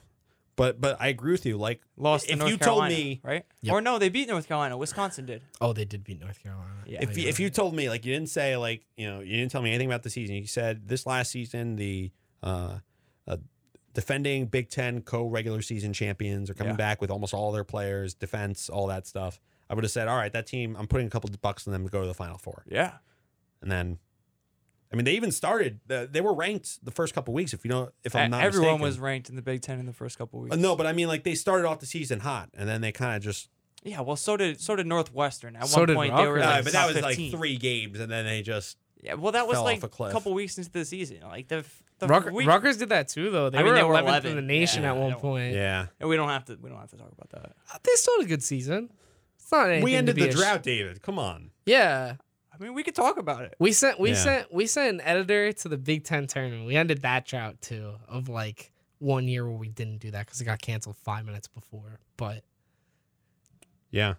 Speaker 1: but but I agree with you. Like
Speaker 3: lost to
Speaker 1: if
Speaker 3: North
Speaker 1: you
Speaker 3: Carolina,
Speaker 1: told me
Speaker 3: right?
Speaker 2: Yep.
Speaker 3: Or no, they beat North Carolina. Wisconsin did.
Speaker 2: Oh, they did beat North Carolina.
Speaker 3: Yeah.
Speaker 1: if
Speaker 2: Oh,
Speaker 1: you,
Speaker 2: you're
Speaker 1: if
Speaker 2: right.
Speaker 1: you told me like you didn't say like you know you didn't tell me anything about the season you said this last season the uh, uh defending big 10 co-regular season champions are coming
Speaker 3: Yeah.
Speaker 1: back with almost all their players defense all that stuff i would have said all right that team i'm putting a couple bucks on them to go to the final four
Speaker 3: Yeah.
Speaker 1: and then i mean they even started the, they were ranked the first couple weeks if you know if i'm not
Speaker 3: E, Everyone
Speaker 1: mistaken.
Speaker 3: was ranked in the Big Ten in the first couple weeks.
Speaker 1: Uh, no but i mean like they started off the season hot and then they kind of just
Speaker 3: yeah, well, so did so did Northwestern. At
Speaker 2: So
Speaker 3: one
Speaker 2: did
Speaker 3: point, they were
Speaker 2: Rutgers.
Speaker 3: like,
Speaker 1: No, but that
Speaker 3: top
Speaker 1: was
Speaker 3: 15.
Speaker 1: like three games and then they just
Speaker 3: Yeah, well, that was
Speaker 1: fell
Speaker 3: like
Speaker 1: off a cliff.
Speaker 3: couple weeks into the season. Like the, the
Speaker 2: Ruck-
Speaker 3: week,
Speaker 2: Rutgers did that too, though. They,
Speaker 3: I mean,
Speaker 2: were,
Speaker 3: they were
Speaker 2: 11th
Speaker 3: 11.
Speaker 2: in the nation
Speaker 3: Yeah,
Speaker 2: at
Speaker 3: I
Speaker 2: one
Speaker 3: don't-
Speaker 2: point.
Speaker 1: yeah
Speaker 3: and we don't have to we don't have to talk about that.
Speaker 2: They still had a good season. It's not anything
Speaker 1: we
Speaker 2: to
Speaker 1: ended
Speaker 2: be
Speaker 1: the
Speaker 2: ash-
Speaker 1: drought, David. Come on.
Speaker 2: yeah,
Speaker 3: I mean, we could talk about it.
Speaker 2: we sent we
Speaker 1: Yeah.
Speaker 2: sent we sent an editor to the Big Ten tournament. We ended that drought too of like one year where we didn't do that because it got canceled five minutes before. But
Speaker 1: Yeah.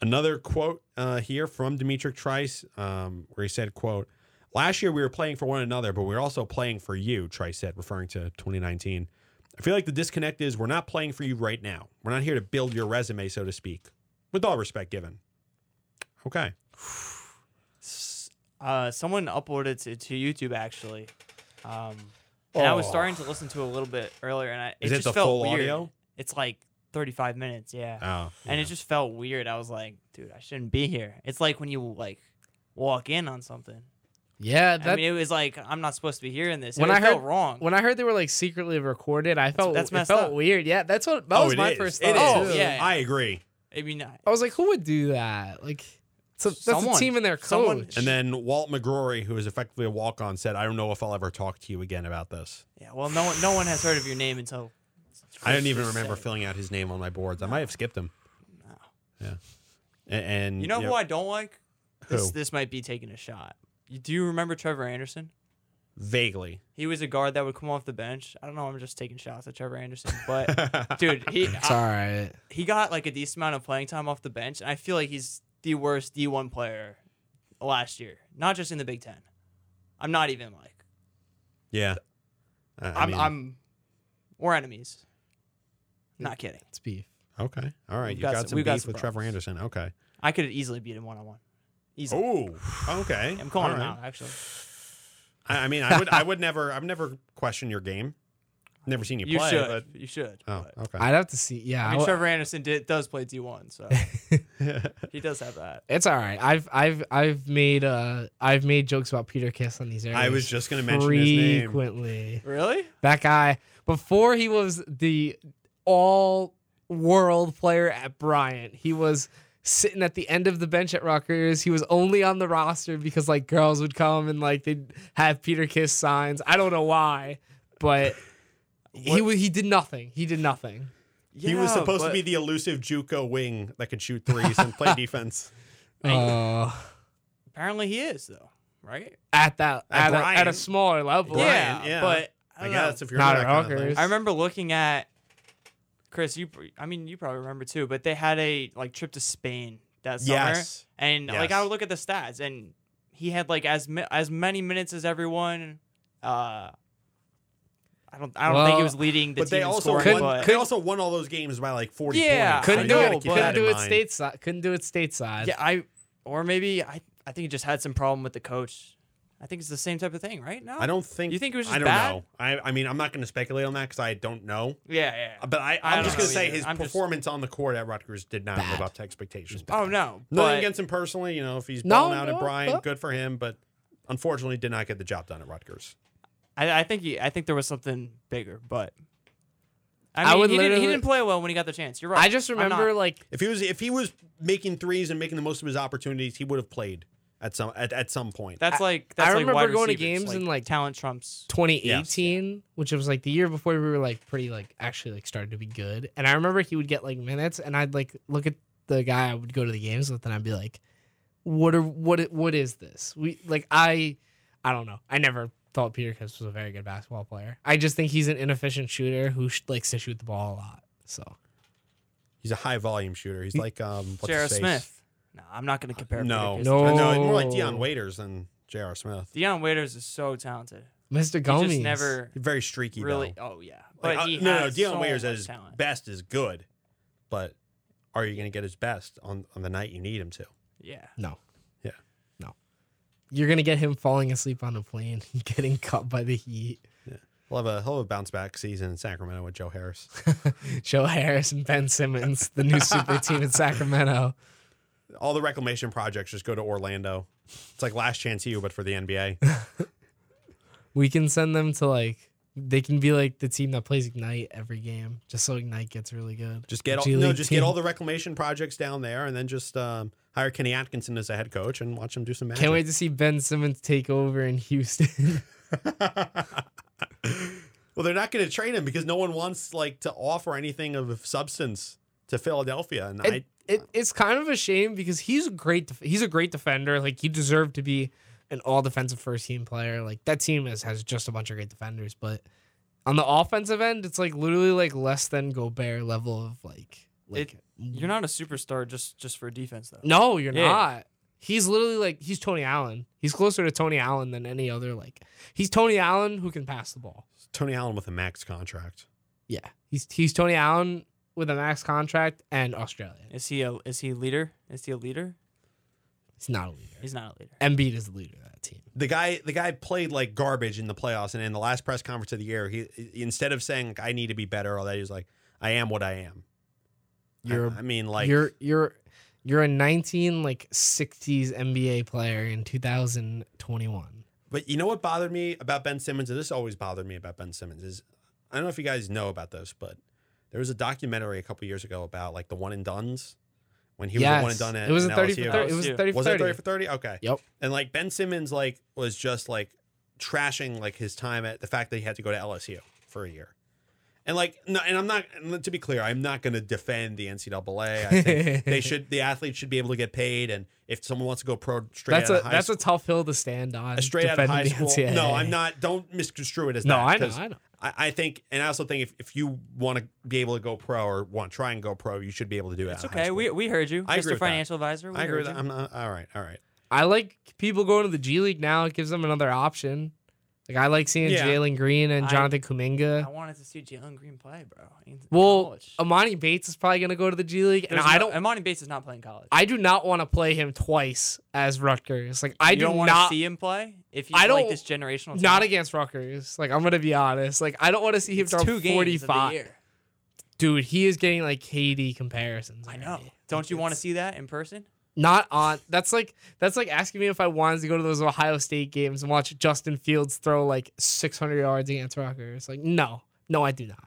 Speaker 1: Another quote uh, here from Dimitri Trice, um, where he said, "quote Last year we were playing for one another, but we were also playing for you." Trice said, referring to 2019. I feel like the disconnect is we're not playing for you right now. We're not here to build your resume, so to speak. With all respect given. Okay.
Speaker 3: S- Uh, someone uploaded to, to YouTube actually, um, and I was
Speaker 1: Oh.
Speaker 3: starting to listen to it a little bit earlier, and I it
Speaker 1: Is it
Speaker 3: just
Speaker 1: the
Speaker 3: felt
Speaker 1: full
Speaker 3: weird.
Speaker 1: audio?
Speaker 3: It's like thirty five minutes. Yeah.
Speaker 1: Oh,
Speaker 3: and it just felt weird. I was like, dude, I shouldn't be here. It's like when you like walk in on something.
Speaker 2: yeah,
Speaker 3: I
Speaker 2: that
Speaker 3: mean, it was like I'm not supposed to be hearing this.
Speaker 2: When
Speaker 3: it
Speaker 2: I
Speaker 3: felt
Speaker 2: heard-
Speaker 3: wrong.
Speaker 2: when I heard they were like secretly recorded, I felt that's
Speaker 3: that's
Speaker 2: it
Speaker 3: messed
Speaker 2: felt
Speaker 3: up.
Speaker 2: weird. Yeah, that's what that
Speaker 1: Oh,
Speaker 2: was
Speaker 1: it
Speaker 2: my
Speaker 1: is.
Speaker 2: first
Speaker 1: It
Speaker 2: thought.
Speaker 3: is.
Speaker 2: too.
Speaker 3: Oh, Yeah.
Speaker 1: I agree.
Speaker 3: I mean, I-
Speaker 2: I was like, who would do that? Like, so that's
Speaker 3: Someone-
Speaker 2: a team and their coach.
Speaker 3: someone-
Speaker 1: And then Walt McGrory, who is effectively a walk on, said, I don't know if I'll ever talk to you again about this.
Speaker 3: yeah. Well, no one, no one has heard of your name until.
Speaker 1: I didn't even
Speaker 3: Chris
Speaker 1: remember
Speaker 3: said it.
Speaker 1: filling out his name on my boards. I might have skipped him.
Speaker 3: No.
Speaker 1: Yeah. A- And,
Speaker 3: You know
Speaker 1: yeah,
Speaker 3: who I don't like? This
Speaker 1: Who?
Speaker 3: this might be taking a shot. You- Do you remember Trevor Anderson? [laughs]
Speaker 1: vaguely.
Speaker 3: He was a guard that would come off the bench. I don't know. I'm just taking shots at Trevor Anderson, but [laughs] dude, he
Speaker 2: it's all right.
Speaker 3: he got like a decent amount of playing time off the bench, and I feel like he's the worst D1 player last year, not just in the Big Ten. I'm not even like
Speaker 1: yeah. I- I
Speaker 3: I'm
Speaker 1: mean,
Speaker 3: I'm we're enemies.
Speaker 1: Hmm.
Speaker 3: Not kidding.
Speaker 2: It's beef.
Speaker 1: okay. All right.
Speaker 3: We've
Speaker 1: You
Speaker 3: got
Speaker 1: got,
Speaker 3: some-
Speaker 1: some
Speaker 3: we've
Speaker 1: beef
Speaker 3: got some
Speaker 1: with Trevor
Speaker 3: problems.
Speaker 1: Anderson. Okay.
Speaker 3: I could have easily beat him one on one. Easily.
Speaker 1: Oh. Okay.
Speaker 3: [laughs] I'm calling
Speaker 1: All
Speaker 3: him
Speaker 1: right.
Speaker 3: out actually.
Speaker 1: I, I mean, I would.
Speaker 3: [laughs]
Speaker 1: I would never. I've never questioned your game. Never seen you,
Speaker 3: You
Speaker 1: play.
Speaker 3: should.
Speaker 1: But,
Speaker 3: you should.
Speaker 1: oh.
Speaker 3: but-
Speaker 1: Okay.
Speaker 2: I'd have to see. Yeah,
Speaker 3: I
Speaker 2: I
Speaker 3: mean,
Speaker 2: w-
Speaker 3: Trevor Anderson did, does play
Speaker 1: [laughs]
Speaker 3: D1, so he does have that.
Speaker 2: it's all right. I've I've I've made uh I've made jokes about Peter Kiss on these areas.
Speaker 1: I was just gonna mention his name.
Speaker 2: frequently.
Speaker 3: Really?
Speaker 2: That guy before he was the all world player at Bryant, he was sitting at the end of the bench at Rutgers. He was only on the roster because like girls would come and like they'd have Peter Kiss signs. I don't know why, but he wa- he did nothing. He did nothing.
Speaker 1: he was
Speaker 3: Yeah,
Speaker 1: supposed
Speaker 3: but-
Speaker 1: to be the elusive JUCO wing that could shoot threes and
Speaker 3: [laughs]
Speaker 1: play defense.
Speaker 2: Uh,
Speaker 3: Apparently, he is though, right?
Speaker 2: at that
Speaker 1: At
Speaker 2: at, a, at a
Speaker 1: Bryant.
Speaker 2: smaller level.
Speaker 1: Bryant, yeah.
Speaker 3: but
Speaker 1: I,
Speaker 3: don't know.
Speaker 1: guess if you're
Speaker 2: Not
Speaker 1: into
Speaker 2: at
Speaker 1: that kind of
Speaker 2: Rutgers.
Speaker 1: thing.
Speaker 3: I remember looking at Chris. You, pr- I mean, you probably remember too, but they had a like trip to Spain that summer.
Speaker 1: Yes.
Speaker 3: And like
Speaker 1: Yes.
Speaker 3: I would look at the stats, and he had like as mi- as many minutes as everyone. Uh, I don't I don't think
Speaker 2: Well,
Speaker 3: he was leading the
Speaker 1: But
Speaker 3: team
Speaker 1: they
Speaker 3: in
Speaker 1: also
Speaker 3: scoring,
Speaker 1: won,
Speaker 3: but
Speaker 1: they also won all those games by like 40
Speaker 3: Yeah.
Speaker 1: points. so
Speaker 2: Couldn't do
Speaker 1: you
Speaker 3: gotta
Speaker 2: it.
Speaker 1: keep
Speaker 2: Couldn't
Speaker 1: that in
Speaker 2: do it
Speaker 1: mind.
Speaker 2: stateside. Couldn't do it stateside.
Speaker 3: yeah, I or maybe I I think he just had some problem with the coach. I think it's the same type of thing, right? No,
Speaker 1: I don't think
Speaker 3: You think it was
Speaker 1: I
Speaker 3: just
Speaker 1: don't
Speaker 3: bad?
Speaker 1: know. I, I mean, I'm not going to speculate on that because I don't know.
Speaker 3: Yeah, yeah. yeah.
Speaker 1: But I,
Speaker 3: I
Speaker 1: I'm
Speaker 3: don't
Speaker 1: just
Speaker 3: know
Speaker 1: going to say
Speaker 3: either.
Speaker 1: his
Speaker 3: I'm just-
Speaker 1: performance on the court at Rutgers did not live
Speaker 2: Bad.
Speaker 1: up to expectations.
Speaker 3: Oh no,
Speaker 1: Nothing
Speaker 3: but
Speaker 1: against him personally. You know, if he's
Speaker 2: No,
Speaker 1: balling out
Speaker 2: no,
Speaker 1: at Brian,
Speaker 2: no.
Speaker 1: good for him. But unfortunately, did not get the job done at Rutgers.
Speaker 3: I, I think he, I think there was something bigger, but I,
Speaker 2: I
Speaker 3: mean,
Speaker 2: would
Speaker 3: he, didn't, he
Speaker 2: literally-
Speaker 3: didn't play well when he got the chance. You're right.
Speaker 2: I just
Speaker 3: I'm
Speaker 2: remember
Speaker 3: not-
Speaker 2: like
Speaker 1: If he was if he was making threes and making the most of his opportunities, he would have played at some at, at some point.
Speaker 3: that's
Speaker 2: I-
Speaker 3: like that's
Speaker 2: I
Speaker 3: like
Speaker 2: remember
Speaker 3: wide
Speaker 2: going to
Speaker 3: receivers,
Speaker 2: games and, like-
Speaker 3: talent trumps.
Speaker 2: 2018, which was like the year before we were like pretty like actually like started to be good. And I remember he would get like minutes, and I'd like look at the guy I would go to the games with, and I'd be like, "What are what i- what is this?" We like I I don't know. I never thought Peter Kips was a very good basketball player. I just think he's an inefficient shooter who sh- likes to shoot the ball a lot. So
Speaker 1: he's a high volume shooter. He's like um what's
Speaker 3: J.R.
Speaker 1: his face?
Speaker 3: Smith. No, I'm not going to compare.
Speaker 1: No, Uh,
Speaker 3: Peter
Speaker 2: Uh, No.
Speaker 3: Kiss.
Speaker 1: no, more like Deion Waiters than J.R. Smith.
Speaker 3: Deion Waiters is so talented.
Speaker 2: Mr.
Speaker 3: He
Speaker 2: Gomes
Speaker 3: just never
Speaker 1: Very streaky.
Speaker 3: really.
Speaker 1: though.
Speaker 3: Oh yeah,
Speaker 1: Like,
Speaker 3: but
Speaker 1: uh,
Speaker 3: he
Speaker 1: no, no,
Speaker 3: has
Speaker 1: Deion
Speaker 3: so
Speaker 1: Waiters
Speaker 3: much
Speaker 1: at his
Speaker 3: talent.
Speaker 1: best is good, but are you going to get his best on on the night you need him to?
Speaker 3: Yeah,
Speaker 2: no
Speaker 1: Yeah.
Speaker 2: no. You're gonna get him falling asleep on a plane, [laughs] getting caught by the heat.
Speaker 1: He'll have a he'll have a bounce back season in Sacramento with Joe Harris. [laughs]
Speaker 2: Joe Harris and Ben Simmons, the new super team in Sacramento.
Speaker 1: All the reclamation projects just go to Orlando. It's like last chance you, but for the NBA.
Speaker 2: We can send them to like they can be like the team that plays Ignite every game, just so Ignite gets really good.
Speaker 1: Just get all
Speaker 2: G
Speaker 1: no,
Speaker 2: League
Speaker 1: just
Speaker 2: team.
Speaker 1: get all the reclamation projects down there, and then just um, hire Kenny Atkinson as a head coach and watch him do some magic.
Speaker 2: Can't wait to see Ben Simmons take over in Houston. [laughs]
Speaker 1: [laughs] Well, they're not going to train him because no one wants like to offer anything of substance to Philadelphia, and I
Speaker 2: it, it, it's kind of a shame because he's a great def- he's a great defender. Like he deserved to be an all defensive first team player. Like that team is, has just a bunch of great defenders, but on the offensive end, it's like literally like less than Gobert level of like like
Speaker 3: you're not a superstar just just for defense though.
Speaker 2: No, you're
Speaker 3: Yeah.
Speaker 2: not. He's literally like he's Tony Allen. He's closer to Tony Allen than any other like he's Tony Allen who can pass the ball.
Speaker 1: Tony Allen with a max contract.
Speaker 2: Yeah. He's he's Tony Allen with a max contract and Australian.
Speaker 3: Is he a is he a leader? Is he a leader?
Speaker 2: He's not a leader.
Speaker 3: He's not a leader.
Speaker 2: Embiid is the leader of that team.
Speaker 1: the guy the guy played like garbage in the playoffs and in the last press conference of the year he instead of saying like, i need to be better all that he was like i am what i am
Speaker 2: You're
Speaker 1: i, I mean like
Speaker 2: you're you're you're a 19 like 60s NBA player in 2021.
Speaker 1: but you know what bothered me about ben simmons and this always bothered me about ben simmons is i don't know if you guys know about this but there was a documentary a couple years ago about like the one and duns when he was a one and done at
Speaker 2: it was a
Speaker 1: in
Speaker 2: 30 for
Speaker 1: LSU.
Speaker 2: 30. It was a 30 for
Speaker 1: was
Speaker 2: 30.
Speaker 1: it 30 for 30 okay
Speaker 2: Yep.
Speaker 1: and like ben simmons like was just like trashing like his time at the fact that he had to go to lsu for a year and like no and i'm not and to be clear i'm not going to defend the ncaa i
Speaker 2: [laughs]
Speaker 1: think they should the athletes should be able to get paid and if someone wants to go pro straight
Speaker 2: That's
Speaker 1: out
Speaker 2: a
Speaker 1: of high
Speaker 2: that's
Speaker 1: school
Speaker 2: a tough hill to stand on.
Speaker 1: straight out of high
Speaker 2: defending the
Speaker 1: school no
Speaker 2: NCAA.
Speaker 1: i'm not don't misconstrue it as
Speaker 2: No,
Speaker 1: that,
Speaker 2: I know,
Speaker 1: 'cause
Speaker 2: I know.
Speaker 1: I, I think and i also think if, if you want to be able to go pro or want to try and go pro you should be able to do it
Speaker 3: It's okay. We, we heard you,
Speaker 1: I
Speaker 3: Mr.
Speaker 1: agree with that.
Speaker 3: Financial Advisor. We
Speaker 1: i agree with
Speaker 3: heard
Speaker 1: that
Speaker 3: you.
Speaker 1: i'm not all right all right
Speaker 2: I like people going to the G League now. It gives them another option. Like I like seeing
Speaker 1: Yeah.
Speaker 2: Jalen Green and
Speaker 3: I-
Speaker 2: Jonathan
Speaker 3: I
Speaker 2: Kuminga.
Speaker 3: wanted to see Jalen Green play, bro. In
Speaker 2: well,
Speaker 3: college.
Speaker 2: Amani Bates is probably going to go to the G League, and
Speaker 3: There's
Speaker 2: I
Speaker 3: no-
Speaker 2: don't.
Speaker 3: Imani Bates is not playing college.
Speaker 2: I do not want to play him twice as Rutgers. Like I
Speaker 3: you
Speaker 2: do
Speaker 3: not want
Speaker 2: not.
Speaker 3: to see him play. If he's
Speaker 2: I don't-
Speaker 3: like this generational,
Speaker 2: Not
Speaker 3: talent.
Speaker 2: against Rutgers. Like I'm gonna be honest. Like I don't want to see him
Speaker 3: It's
Speaker 2: throw
Speaker 3: two games of the
Speaker 2: 45.
Speaker 3: year.
Speaker 2: Dude, he is getting like KD comparisons.
Speaker 3: I
Speaker 2: already.
Speaker 3: know. Don't you
Speaker 2: It's-
Speaker 3: want to see that in person?
Speaker 2: Not on. That's like that's like asking me if I wanted to go to those Ohio State games and watch Justin Fields throw like 600 yards against Rutgers. Like no, no, I do not.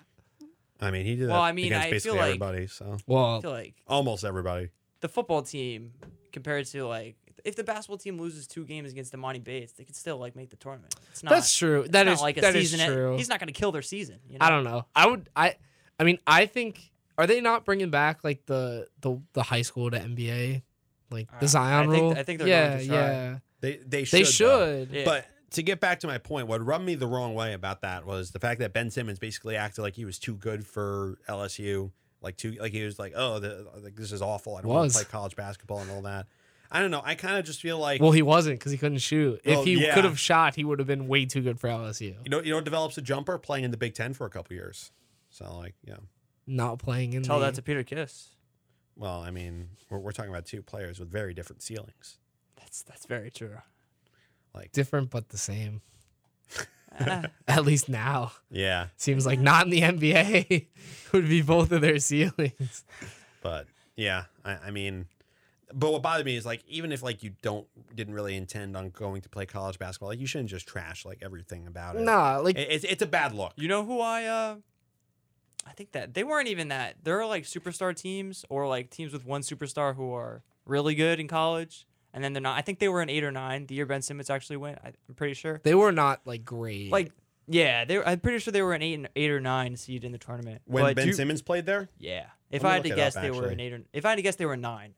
Speaker 1: i mean he did
Speaker 3: Well,
Speaker 1: that
Speaker 3: I mean,
Speaker 1: against
Speaker 3: I feel
Speaker 1: basically
Speaker 3: like-
Speaker 1: everybody so
Speaker 3: I
Speaker 2: Well,
Speaker 3: feel like
Speaker 1: almost everybody
Speaker 3: the football team compared to like if the basketball team loses two games against Amani Bates, they could still like make the tournament. It's not.
Speaker 2: that's true. That
Speaker 3: not
Speaker 2: is
Speaker 3: like a
Speaker 2: that is
Speaker 3: season. end-
Speaker 2: true.
Speaker 3: he's not going to kill their season. You know?
Speaker 2: I don't know. I would. I. I mean, I think. Are they not bringing back like the the, the high school to NBA, like
Speaker 3: Uh,
Speaker 2: the Zion
Speaker 3: I think-
Speaker 2: rule?
Speaker 3: I think they're
Speaker 2: yeah,
Speaker 3: going to try.
Speaker 2: yeah.
Speaker 1: they they should
Speaker 2: They
Speaker 1: though.
Speaker 2: should.
Speaker 3: Yeah.
Speaker 1: But to get back to my point, what rubbed me the wrong way about that was the fact that Ben Simmons basically acted like he was too good for LSU. Like two, like he was like, oh, the, like this is awful. I don't
Speaker 2: Was.
Speaker 1: want to play college basketball and all that. I don't know. I kind of just feel like
Speaker 2: Well, he wasn't because he couldn't shoot.
Speaker 1: Well,
Speaker 2: if he
Speaker 1: yeah.
Speaker 2: could have shot, he would have been way too good for LSU.
Speaker 1: you know, you know, develops a jumper playing in the Big Ten for a couple years. So like, yeah.
Speaker 2: Not playing in
Speaker 3: Tell
Speaker 2: the
Speaker 3: that to Peter Kiss.
Speaker 1: Well, I mean, we're, we're talking about two players with very different ceilings.
Speaker 3: That's that's very true.
Speaker 2: different but
Speaker 1: [laughs]
Speaker 2: the same. [laughs]
Speaker 3: Ah,
Speaker 2: At least now.
Speaker 1: Yeah,
Speaker 2: Seems like not in the NBA [laughs] would be both of their ceilings.
Speaker 1: but yeah, I, I mean, but what bothered me is like even if like you don't didn't really intend on going to play college basketball, like you shouldn't just trash like everything about it.
Speaker 2: Nah, like
Speaker 1: It- it's it's a bad look.
Speaker 3: you know who I uh I think that they weren't even that. There are like superstar teams or like teams with one superstar who are really good in college and then they're not. I think they were an 8 or 9 the year Ben Simmons actually went. I, I'm pretty sure.
Speaker 2: they were not like great.
Speaker 3: Like yeah, they were, I'm pretty sure they were an 8 and 8 or 9 seed in the tournament.
Speaker 1: When
Speaker 3: But
Speaker 1: Ben
Speaker 3: do-
Speaker 1: Simmons played there,
Speaker 3: Yeah. If
Speaker 1: me
Speaker 3: I had
Speaker 1: look
Speaker 3: to
Speaker 1: it
Speaker 3: guess
Speaker 1: up,
Speaker 3: they were
Speaker 1: actually.
Speaker 3: an 8 or If I had to guess they were 9.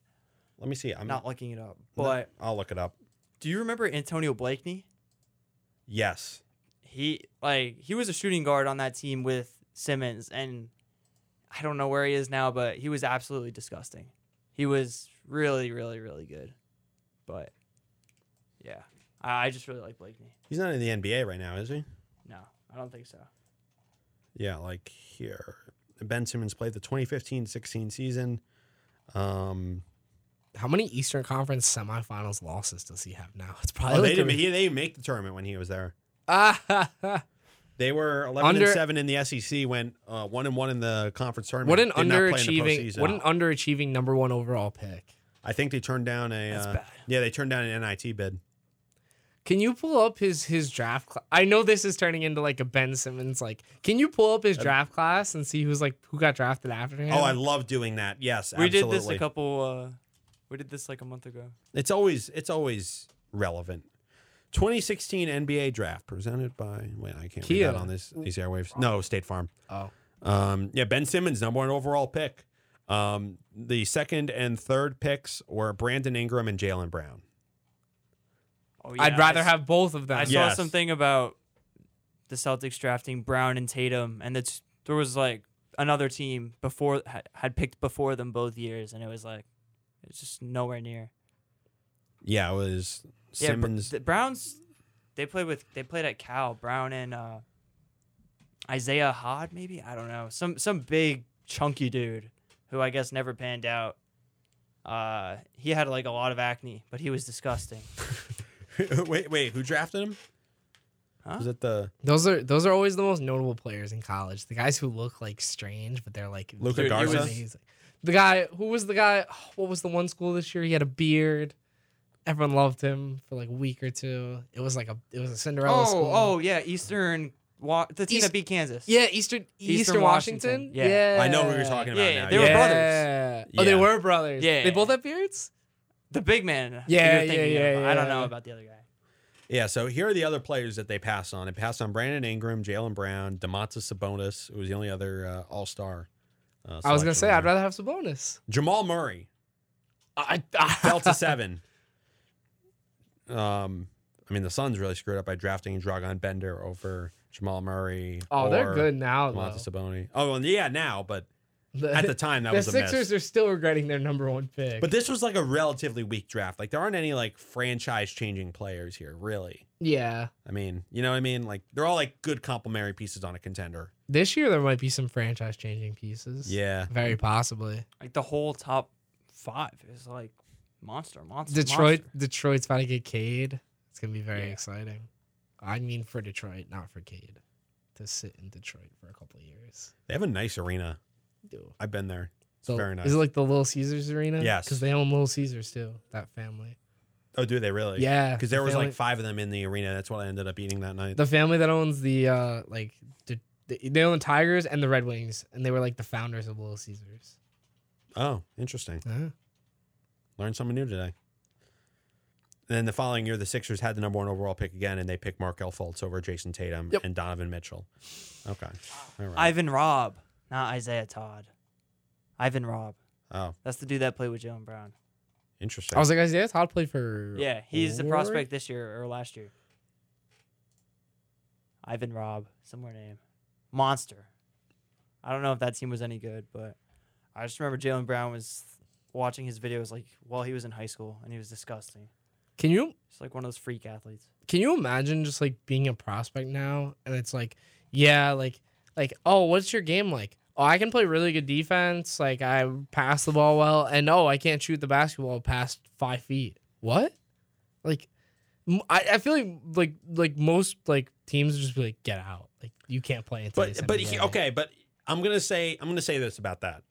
Speaker 1: let me see. I'm
Speaker 3: I'm not looking it up.
Speaker 1: No,
Speaker 3: But
Speaker 1: I'll look it up.
Speaker 3: do you remember Antonio Blakeney?
Speaker 1: Yes,
Speaker 3: he like he was a shooting guard on that team with Simmons, and I don't know where he is now, but he was absolutely disgusting. He was really, really, really good, but yeah, I, I just really like Blakeney.
Speaker 1: he's not in the NBA right now, is he?
Speaker 3: No, I don't think so.
Speaker 1: Yeah, like here, Ben Simmons played the 2015-16 season. Um,
Speaker 2: how many Eastern Conference semifinals losses does he have now? It's
Speaker 1: oh,
Speaker 2: probably
Speaker 1: they
Speaker 2: like
Speaker 1: didn't.
Speaker 2: three.
Speaker 1: He, they didn't make the tournament when he was there.
Speaker 2: Ah,
Speaker 1: They were eleven
Speaker 2: Under-
Speaker 1: and seven in the SEC. Went uh, one and one in the conference tournament.
Speaker 2: [laughs] what an
Speaker 1: Did not play in the
Speaker 2: underachieving
Speaker 1: postseason.
Speaker 2: what an underachieving number one overall pick.
Speaker 1: I think they turned down a.
Speaker 3: That's
Speaker 1: uh,
Speaker 3: bad.
Speaker 1: Yeah, they turned down an NIT bid.
Speaker 2: Can you pull up his his draft class? I know this is turning into like a Ben Simmons like. Can you pull up his draft class and see who's like who got drafted after him?
Speaker 1: Uh, Oh, I love doing that. Yes,
Speaker 3: We
Speaker 1: absolutely.
Speaker 3: did this a couple. uh We did this like a month ago.
Speaker 1: It's always it's always relevant. 2016 NBA draft presented by. Wait, I can't read
Speaker 2: Kia.
Speaker 1: that on this these airwaves. No, State Farm.
Speaker 2: Oh.
Speaker 1: Um, yeah, Ben Simmons, number one overall pick. Um, the second and third picks were Brandon Ingram and Jalen Brown.
Speaker 3: Oh,
Speaker 2: I'd rather
Speaker 3: I s-
Speaker 2: have both of them.
Speaker 3: I saw
Speaker 1: Yes.
Speaker 3: something about the Celtics drafting Brown and Tatum, and that's there was like another team before had, had picked before them both years, and it was like it's just nowhere near.
Speaker 1: Yeah, it was Simmons.
Speaker 3: Yeah, Br- the Browns. They played with they played at Cal. Brown and uh, Isaiah Hod, maybe I don't know. Some some big chunky dude who I guess never panned out. Uh, he had like a lot of acne, but he was disgusting.
Speaker 1: [laughs] wait, wait, who drafted him?
Speaker 3: Huh?
Speaker 1: Was it the
Speaker 2: Those are those are always the most notable players in college. The guys who look like strange, but they're like
Speaker 1: Luka
Speaker 2: they're
Speaker 1: Garza?
Speaker 2: amazing. The guy who was the guy. [sighs] What was the one school this year? He had a beard. Everyone loved him for like a week or two. It was like a it was a Cinderella school.
Speaker 3: Oh, oh yeah, Eastern. Wa- the team
Speaker 2: East-
Speaker 3: that beat Kansas.
Speaker 2: yeah, Eastern Eastern, Washington.
Speaker 3: Washington.
Speaker 2: Yeah.
Speaker 3: Yeah.
Speaker 1: I know who you're talking about
Speaker 3: Uh, Yeah,
Speaker 1: now.
Speaker 3: they were
Speaker 1: yeah.
Speaker 3: brothers.
Speaker 2: Oh, they
Speaker 1: Yeah.
Speaker 2: were brothers.
Speaker 3: Yeah.
Speaker 2: they both have beards.
Speaker 3: the big man. that
Speaker 2: Yeah,
Speaker 3: you're
Speaker 2: yeah,
Speaker 3: thinking
Speaker 2: yeah,
Speaker 3: of. I don't
Speaker 2: yeah.
Speaker 3: know about the other guy.
Speaker 1: Yeah, so here are the other players that they passed on. They passed on Brandon Ingram, Jalen Brown, Demontis Sabonis, who was the only other uh, All Star. Uh,
Speaker 2: I was
Speaker 1: selection
Speaker 2: gonna say
Speaker 1: there.
Speaker 2: I'd rather have Sabonis.
Speaker 1: Jamal Murray
Speaker 2: I, I
Speaker 1: fell to seven. [laughs] Um, I mean the Suns really screwed up by drafting Dragon Bender over Jamal Murray.
Speaker 2: Oh,
Speaker 1: or
Speaker 2: they're good now. Though.
Speaker 1: Demontis Sabonis. Oh, well, yeah, now, but
Speaker 2: The, [laughs]
Speaker 1: at the time that
Speaker 2: the
Speaker 1: was a mess.
Speaker 2: Sixers are still regretting their number one pick.
Speaker 1: But this was like a relatively weak draft. Like there aren't any like franchise changing players here, really.
Speaker 2: yeah.
Speaker 1: I mean, you know what I mean? Like they're all like good complementary pieces on a contender.
Speaker 2: This year there might be some franchise changing pieces.
Speaker 1: Yeah.
Speaker 2: Very possibly.
Speaker 3: Like the whole top five is like monster, monster.
Speaker 2: Detroit
Speaker 3: monster.
Speaker 2: Detroit's about to get Cade. It's gonna be very
Speaker 3: Yeah.
Speaker 2: exciting. I mean for Detroit, not for Cade. To sit in Detroit for a couple of years.
Speaker 1: They have a nice arena.
Speaker 2: Do
Speaker 1: I've been there. It's
Speaker 2: So,
Speaker 1: very nice.
Speaker 2: Is it like the Little Caesars arena?
Speaker 1: Yes.
Speaker 2: Because they own Little Caesars too, that family.
Speaker 1: oh, do they really?
Speaker 2: yeah.
Speaker 1: Because there
Speaker 2: the
Speaker 1: was
Speaker 2: family,
Speaker 1: like five of them in the arena. That's what I ended up eating that night.
Speaker 2: the family that owns the uh like the, the they own the Tigers and the Red Wings, and they were like the founders of Little Caesars.
Speaker 1: oh, interesting.
Speaker 2: Uh-huh.
Speaker 1: Learned something new today. Then the following year, the Sixers had the number one overall pick again, and they picked Mark Fultz over Jason Tatum
Speaker 2: Yep.
Speaker 1: and Donovan Mitchell. Okay. All right.
Speaker 3: Ivan Robb, not Isaiah Todd. Ivan Robb.
Speaker 1: oh,
Speaker 3: That's the dude that played with Jalen Brown.
Speaker 1: interesting.
Speaker 2: I was like, Isaiah Todd played for
Speaker 3: Yeah, he's the
Speaker 2: Ward?
Speaker 3: prospect this year or last year. Ivan Robb, similar name. Monster. I don't know if that team was any good, but I just remember Jalen Brown was watching his videos like while he was in high school, and he was disgusting.
Speaker 2: Can you
Speaker 3: He's like one of those freak athletes.
Speaker 2: can you imagine just like being a prospect now and it's like yeah like like oh what's your game like oh i can play really good defense like i pass the ball well and oh i can't shoot the basketball past five feet what like m- i, I feel like like like most like teams would just be like get out like you can't play in today's
Speaker 1: But but he,
Speaker 2: NBA.
Speaker 1: okay, but I'm gonna say I'm gonna say this about that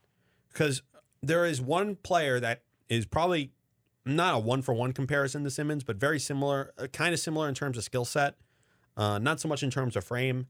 Speaker 1: because there is one player that is probably not a one for one comparison to Simmons, but very similar, uh, kind of similar in terms of skill set, uh, not so much in terms of frame,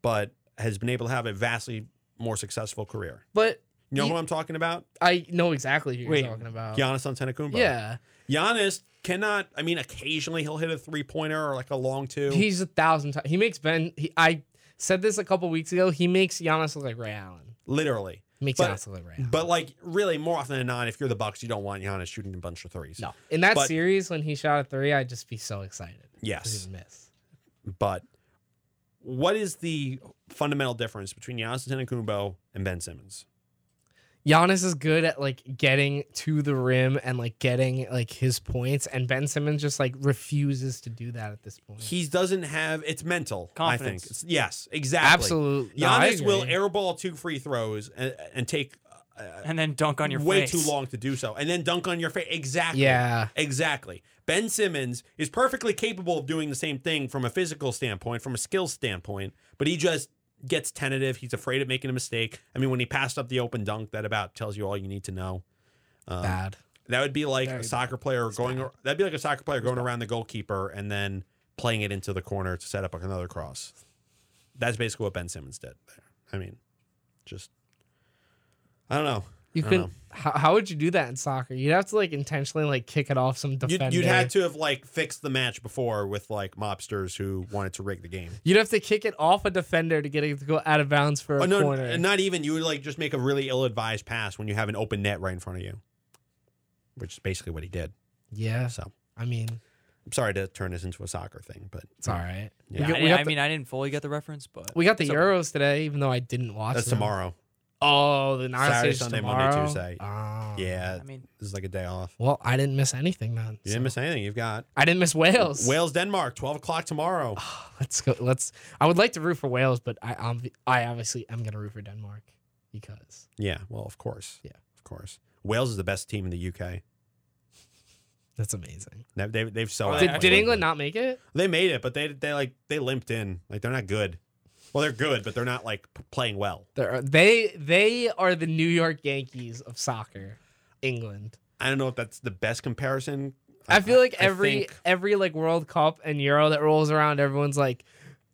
Speaker 1: but has been able to have a vastly more successful career.
Speaker 2: but
Speaker 1: You know
Speaker 2: You-
Speaker 1: who I'm talking about?
Speaker 2: i know exactly who you're
Speaker 3: Wait,
Speaker 2: talking about
Speaker 1: Giannis Antetokounmpo.
Speaker 2: Uh, yeah
Speaker 1: Giannis cannot. I mean, occasionally he'll hit a three pointer or like a long two.
Speaker 2: he's a thousand times he makes ben he, i said this a couple weeks ago he makes Giannis look like ray allen
Speaker 1: literally.
Speaker 2: He makes
Speaker 1: But-
Speaker 2: Giannis look like ray allen
Speaker 1: But like really, more often than not, if you're the Bucks, you don't want Giannis shooting a bunch of threes.
Speaker 2: No. In that
Speaker 1: But-
Speaker 2: series, when he shot a three, I'd just be so excited. 'cause
Speaker 1: Yes.
Speaker 2: He would miss. Mm-hmm.
Speaker 1: But what is the fundamental difference between Giannis Antetokounmpo and Ben Simmons?
Speaker 2: Giannis is good at like getting to the rim and like getting like his points, and Ben Simmons just like refuses to do that at this point.
Speaker 1: He doesn't have. It's mental. I think.
Speaker 3: Confidence.
Speaker 1: It's- yes. Exactly.
Speaker 2: Absolutely. No, I
Speaker 1: Giannis will
Speaker 2: agree.
Speaker 1: airball two free throws and, and take uh,
Speaker 3: And then dunk on your
Speaker 1: way
Speaker 3: face.
Speaker 1: too long to do so, and then dunk on your face. Exactly.
Speaker 2: Yeah.
Speaker 1: Exactly. Ben Simmons is perfectly capable of doing the same thing from a physical standpoint, from a skill standpoint, but he just gets tentative. He's afraid of making a mistake. I mean, when he passed up the open dunk, that about tells you all you need to know. Uh, Um,
Speaker 2: Bad.
Speaker 1: That would be like
Speaker 2: Very
Speaker 1: a
Speaker 2: bad.
Speaker 1: soccer player going. That'd be like a soccer player going around the goalkeeper and then playing it into the corner to set up another cross. That's basically what Ben Simmons did. There. I mean, just I don't know.
Speaker 2: You
Speaker 1: I don't
Speaker 2: couldn't. How, how would you do that in soccer? You'd have to like intentionally like kick it off some defender.
Speaker 1: You'd, you'd had to have like fixed the match before with like mobsters who wanted to rig the game.
Speaker 2: You'd have to kick it off a defender to get it to go out of bounds for a
Speaker 1: Oh, no,
Speaker 2: corner.
Speaker 1: n- not even. You would like just make a really ill-advised pass when you have an open net right in front of you, which is basically what he did.
Speaker 2: yeah.
Speaker 1: So
Speaker 2: I mean,
Speaker 1: I'm sorry to turn this into a soccer thing, but
Speaker 2: it's all right.
Speaker 1: Yeah,
Speaker 2: we got,
Speaker 3: I,
Speaker 2: we
Speaker 3: didn't-
Speaker 2: got
Speaker 3: I
Speaker 2: the,
Speaker 3: mean, I didn't fully get the reference, but
Speaker 2: we got the
Speaker 3: it's okay.
Speaker 2: Euros today, even though I didn't watch.
Speaker 1: that's
Speaker 2: them.
Speaker 1: tomorrow.
Speaker 2: Oh, the nine
Speaker 1: Saturday,
Speaker 2: stage
Speaker 1: Sunday, Monday,
Speaker 2: tomorrow?
Speaker 1: Tuesday.
Speaker 2: Oh.
Speaker 1: Yeah,
Speaker 3: I mean,
Speaker 1: this is like a day off.
Speaker 2: Well, I didn't miss anything then.
Speaker 1: You
Speaker 2: so-
Speaker 1: didn't miss anything. You've got
Speaker 2: I didn't miss Wales. Ah,
Speaker 1: Wales, Denmark, 12 o'clock tomorrow.
Speaker 2: Let's go. Let's. I would like to root for Wales, but I obvi- I obviously am gonna root for Denmark because
Speaker 1: yeah, well, of course.
Speaker 2: Yeah.
Speaker 1: of course. Wales is the best team in the UK.
Speaker 2: that's amazing.
Speaker 1: They, they, they've so
Speaker 3: Did-
Speaker 2: Did, did England not make it?
Speaker 1: They made it, but they they like they limped in. Like they're not good. Well, they're good, but they're not like p- playing well.
Speaker 2: They're, they they are the New York Yankees of soccer. England.
Speaker 1: I don't know if that's the best comparison.
Speaker 2: I feel like
Speaker 1: I
Speaker 2: every
Speaker 1: think
Speaker 2: every like World Cup and Euro that rolls around, everyone's like,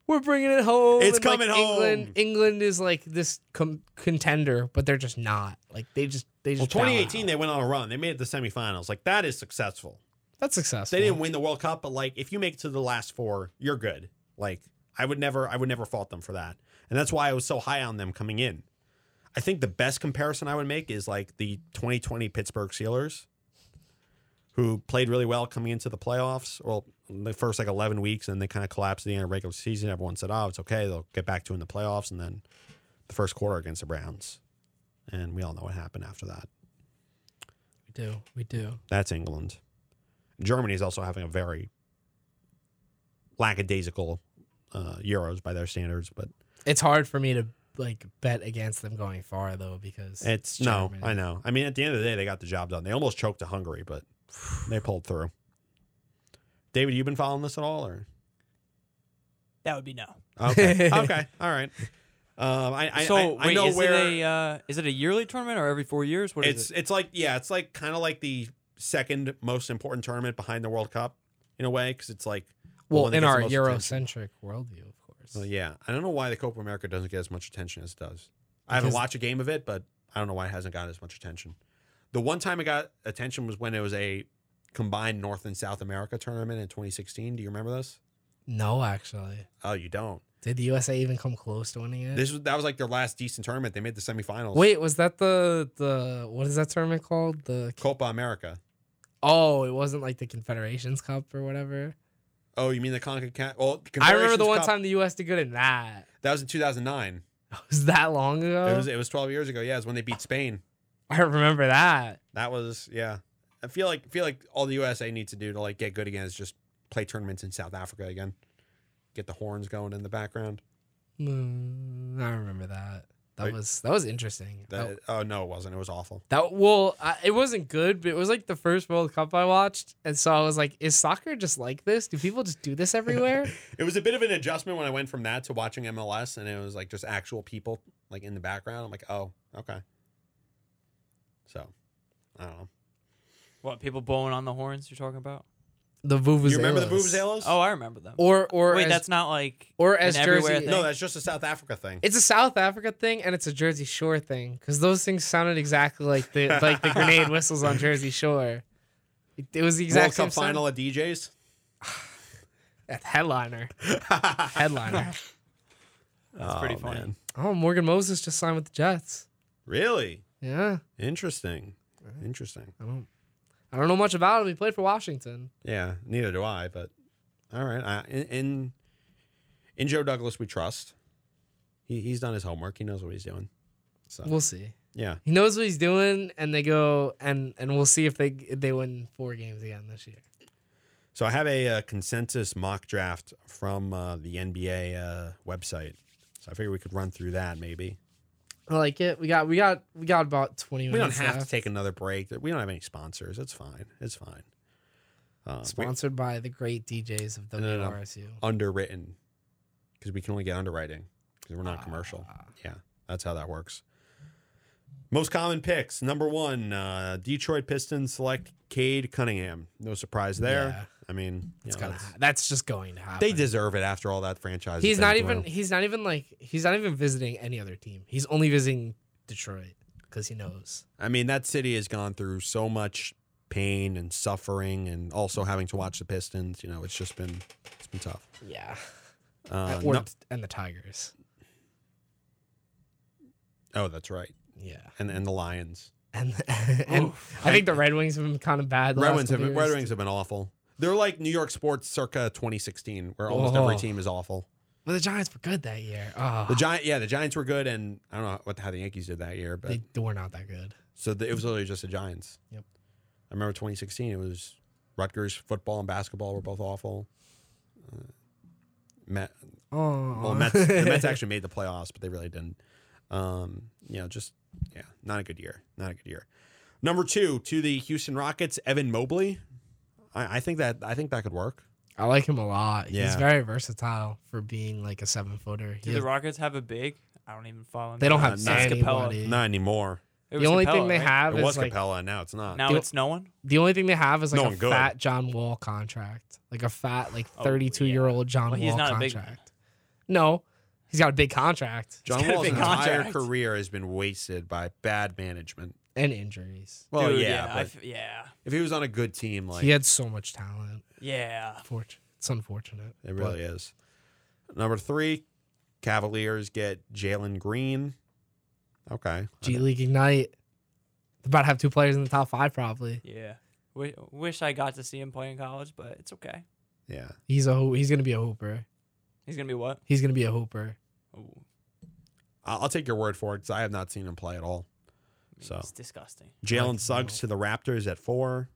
Speaker 2: "We're bringing it home."
Speaker 1: It's
Speaker 2: and, like,
Speaker 1: coming
Speaker 2: England,
Speaker 1: home.
Speaker 2: England is like this com- contender, but they're just not. Like they just they
Speaker 1: well,
Speaker 2: just. bow
Speaker 1: 2018
Speaker 2: out.
Speaker 1: they went on a run. They made it to semifinals. Like that is successful.
Speaker 2: That's successful.
Speaker 1: They didn't win the World Cup, but like if you make it to the last four, you're good. Like I would never, I would never fault them for that, and that's why I was so high on them coming in. I think the best comparison I would make is like the 2020 Pittsburgh Steelers, who played really well coming into the playoffs. Well, the first like 11 weeks, and they kind of collapsed at the end of regular season. Everyone said, "Oh, it's okay, they'll get back to it in the playoffs," and then the first quarter against the Browns, and we all know what happened after that.
Speaker 2: We do. We do.
Speaker 1: That's England. Germany is also having a very lackadaisical uh, Euros by their standards, but
Speaker 2: It's hard for me to like bet against them going far though because
Speaker 1: it's no, I know. I mean, at the end of the day, they got the job done. They almost choked to Hungary, but they pulled through. David, you been following this at all, or
Speaker 3: that would be no. [laughs]
Speaker 1: okay, okay, all right. Um, I, I,
Speaker 3: so
Speaker 1: I, I
Speaker 3: wait,
Speaker 1: know
Speaker 3: is
Speaker 1: where
Speaker 3: it a uh, is it a yearly tournament or every four years? What is
Speaker 1: it's
Speaker 3: it?
Speaker 1: it's like yeah, it's like kind of like the second most important tournament behind the World Cup in a way because it's like the
Speaker 2: well
Speaker 1: one that
Speaker 2: in
Speaker 1: gets the
Speaker 2: our
Speaker 1: most attention.
Speaker 2: Eurocentric worldview, of course.
Speaker 1: Well, yeah, I don't know why the Copa America doesn't get as much attention as it does. I haven't
Speaker 2: Because-
Speaker 1: watched a game of it, but I don't know why it hasn't gotten as much attention. The one time it got attention was when it was a combined North and South America tournament in 2016. Do you remember this?
Speaker 2: No, actually,
Speaker 1: Oh, you don't.
Speaker 2: did the USA even come close to winning it?
Speaker 1: This was that was like their last decent tournament. They made the semifinals.
Speaker 2: Wait, was that the the what is that tournament called? The
Speaker 1: Copa America.
Speaker 2: oh, it wasn't like the Confederations Cup or whatever.
Speaker 1: Oh, you mean the Concacaf? Well,
Speaker 2: I remember the
Speaker 1: Confederations
Speaker 2: one
Speaker 1: Cup-
Speaker 2: time the U.S. did good in that. [laughs]
Speaker 1: that was in 2009.
Speaker 2: Was that long ago? Oh.
Speaker 1: It was it was 12 years ago. Yeah, it was when they beat Spain.
Speaker 2: I remember that.
Speaker 1: That was yeah. I feel like feel like all the USA needs to do to like get good again is just play tournaments in South Africa again. Get the horns going in the background.
Speaker 2: Mm, I remember that. That
Speaker 1: Right.
Speaker 2: was that was interesting. That,
Speaker 1: That, oh no, it wasn't. It was awful.
Speaker 2: that well, I, it wasn't good, but it was like the first World Cup I watched, and so I was like, "Is soccer just like this? Do people just do this
Speaker 1: [laughs]
Speaker 2: everywhere?"
Speaker 1: It was a bit of an adjustment when I went from that to watching MLS and it was like just actual people like in the background. I'm like, oh, okay. So I don't know.
Speaker 3: What people blowing on the horns? You're talking about?
Speaker 2: the vuvuzelas.
Speaker 1: You remember the Vuvuzelas?
Speaker 3: Oh, I remember them.
Speaker 2: Or or
Speaker 3: Wait,
Speaker 2: as-
Speaker 3: that's not like
Speaker 2: or
Speaker 3: an
Speaker 2: as
Speaker 3: everywhere
Speaker 2: Jersey.
Speaker 3: thing?
Speaker 1: no, that's just a South Africa thing.
Speaker 2: It's a South Africa thing and it's a Jersey Shore thing because those things sounded exactly like the like the
Speaker 1: [laughs]
Speaker 2: grenade whistles on Jersey Shore. It, it was the exact
Speaker 1: World Cup
Speaker 2: same
Speaker 1: final at [laughs] DJs.
Speaker 2: Sound. Headliner,
Speaker 1: [laughs]
Speaker 2: headliner.
Speaker 1: That's
Speaker 3: pretty funny.
Speaker 2: oh, Morgan Moses just signed with the Jets.
Speaker 1: Really
Speaker 2: Yeah,
Speaker 1: interesting. Interesting.
Speaker 2: I don't, I don't know much about him. He played for Washington.
Speaker 1: Yeah, neither do I. But all right, I, in, in in Joe Douglas we trust. He, he's done his homework. He knows what he's doing. So
Speaker 2: We'll see.
Speaker 1: yeah,
Speaker 2: He knows what he's doing, and they go and and we'll see if they if they win four games again this year.
Speaker 1: So I have a, uh consensus mock draft from uh, the NBA uh, website. So I figure we could run through that maybe.
Speaker 2: I like it. We got we got we got about twenty
Speaker 1: We
Speaker 2: minutes.
Speaker 1: don't have to
Speaker 2: left.
Speaker 1: take another break. We don't have any sponsors. It's fine. It's fine. Uh, we-
Speaker 2: Sponsored by the great DJs of
Speaker 1: no, no.
Speaker 2: WRSU.
Speaker 1: underwritten because we can only get underwriting because we're
Speaker 2: Ah.
Speaker 1: not commercial. Yeah, that's how that works. Most common picks number one, uh, Detroit Pistons select Cade Cunningham. No surprise there.
Speaker 2: Yeah.
Speaker 1: I mean, you
Speaker 2: It's
Speaker 1: know,
Speaker 2: gonna.
Speaker 1: that's-
Speaker 2: ha- that's just going to happen.
Speaker 1: they deserve it after all that franchise. has
Speaker 2: He's
Speaker 1: been
Speaker 2: not
Speaker 1: through.
Speaker 2: even. He's not even like. He's not even visiting any other team. He's only visiting Detroit because he knows.
Speaker 1: I mean, that city has gone through so much pain and suffering, and also having to watch the Pistons. You know, it's just been it's been tough.
Speaker 2: Yeah.
Speaker 1: Uh,
Speaker 2: or,
Speaker 1: no-
Speaker 2: And the Tigers.
Speaker 1: oh, that's right,
Speaker 2: Yeah.
Speaker 1: and and the Lions.
Speaker 2: [laughs] And, and I think the Red Wings have been kind of bad. the
Speaker 1: Red
Speaker 2: last
Speaker 1: Wings, have
Speaker 2: couple
Speaker 1: been, Red
Speaker 2: years.
Speaker 1: Wings have been awful. They're like New York sports circa 2016, where almost every
Speaker 2: Oh.
Speaker 1: team is awful.
Speaker 2: Well, the Giants were good that year. Oh,
Speaker 1: The Giant, yeah, the Giants were good, and I don't know what how the Yankees did that year, but
Speaker 2: they, they were not that good.
Speaker 1: so the, it was literally just the Giants.
Speaker 2: Yep.
Speaker 1: I remember 2016. It was Rutgers football and basketball were both awful. Uh, Met,
Speaker 2: Oh.
Speaker 1: well, Mets, the
Speaker 2: [laughs]
Speaker 1: Mets actually made the playoffs, but they really didn't. Um, you know, just yeah, not a good year. Not a good year. Number two to the Houston Rockets, Evan Mobley. I, I think that I think that could work.
Speaker 2: I like him a lot. He's
Speaker 1: Yeah.
Speaker 2: very versatile for being like a seven footer.
Speaker 3: Do the Rockets have a big? I don't even follow.
Speaker 2: They don't
Speaker 1: Nah,
Speaker 2: have
Speaker 1: nah. It's
Speaker 3: Capella.
Speaker 2: anybody.
Speaker 1: Not anymore.
Speaker 3: It
Speaker 2: The
Speaker 3: was
Speaker 2: only
Speaker 3: Capella,
Speaker 2: thing they
Speaker 3: right?
Speaker 2: have
Speaker 1: It was
Speaker 2: is like
Speaker 1: Capella, and now it's not.
Speaker 3: Now
Speaker 2: The-
Speaker 3: it's no one.
Speaker 2: The only thing they have is like
Speaker 1: No
Speaker 2: a
Speaker 1: one good.
Speaker 2: fat John Wall contract, like a fat like
Speaker 3: Oh,
Speaker 2: thirty two year old John
Speaker 3: Well,
Speaker 2: Wall
Speaker 3: he's not a big-
Speaker 2: contract. No, he's got a big contract
Speaker 1: John
Speaker 3: It's gotta
Speaker 1: Wall's
Speaker 3: be
Speaker 1: entire
Speaker 3: contract.
Speaker 1: career has been wasted by bad management.
Speaker 2: and injuries.
Speaker 1: Well,
Speaker 3: Dude,
Speaker 1: yeah,
Speaker 3: yeah,
Speaker 1: but
Speaker 3: I f- yeah,
Speaker 1: if he was on a good team, like
Speaker 2: he had so much talent.
Speaker 3: yeah.
Speaker 2: Fortu- It's unfortunate.
Speaker 1: it really is. Number three, Cavaliers get Jalen Green. Okay,
Speaker 2: but G League Ignite. They're about to have two players in the top five probably.
Speaker 3: Yeah. Wi- Wish I got to see him play in college, but it's okay.
Speaker 1: yeah.
Speaker 2: He's a ho- he's gonna be a hooper.
Speaker 3: He's gonna be what?
Speaker 2: He's gonna be a hooper.
Speaker 3: Ooh,
Speaker 1: I- I'll take your word for it because I have not seen him play at all. So.
Speaker 3: it's disgusting.
Speaker 1: Jalen
Speaker 2: Like,
Speaker 1: Suggs to the Raptors at four.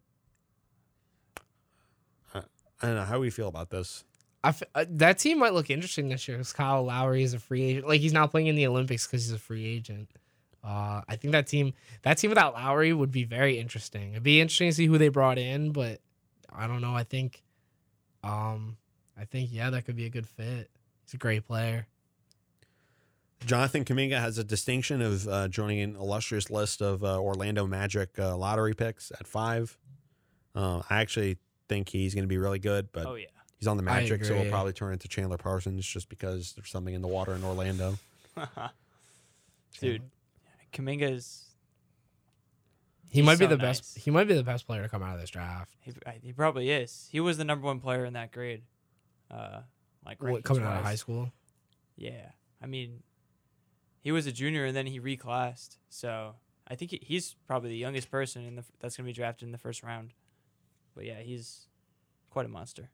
Speaker 1: I, I don't know how we feel about this.
Speaker 2: I f- uh, that team might look interesting this year because Kyle Lowry is a free agent. Like he's not playing in the Olympics because he's a free agent. Uh, I think that team, that team without Lowry would be very interesting. It'd be interesting to see who they brought in, but I don't know. I think, um, I think yeah, that could be a good fit. He's a great player.
Speaker 1: Jonathan Kaminga has a distinction of uh, joining an illustrious list of uh, Orlando Magic uh, lottery picks at five. Uh, I actually think he's going to be really good, but
Speaker 3: Oh yeah.
Speaker 1: he's on the
Speaker 2: I
Speaker 1: Magic, so he'll
Speaker 2: agree.
Speaker 1: probably turn into Chandler Parsons just because there's something in the water in Orlando.
Speaker 3: Dude, [laughs] Kaminga's
Speaker 2: he
Speaker 3: he's
Speaker 2: might be
Speaker 3: so
Speaker 2: the best.
Speaker 3: nice.
Speaker 2: He might be the best player to come out of this draft.
Speaker 3: he, I- he probably is. He was the number one player in that grade. Uh, like
Speaker 2: What, coming out of
Speaker 3: rankings-wise.
Speaker 2: high school,
Speaker 3: Yeah, I mean, he was a junior and then he reclassed, so I think he, he's probably the youngest person in the f- that's gonna be drafted in the first round. But yeah, he's quite a monster.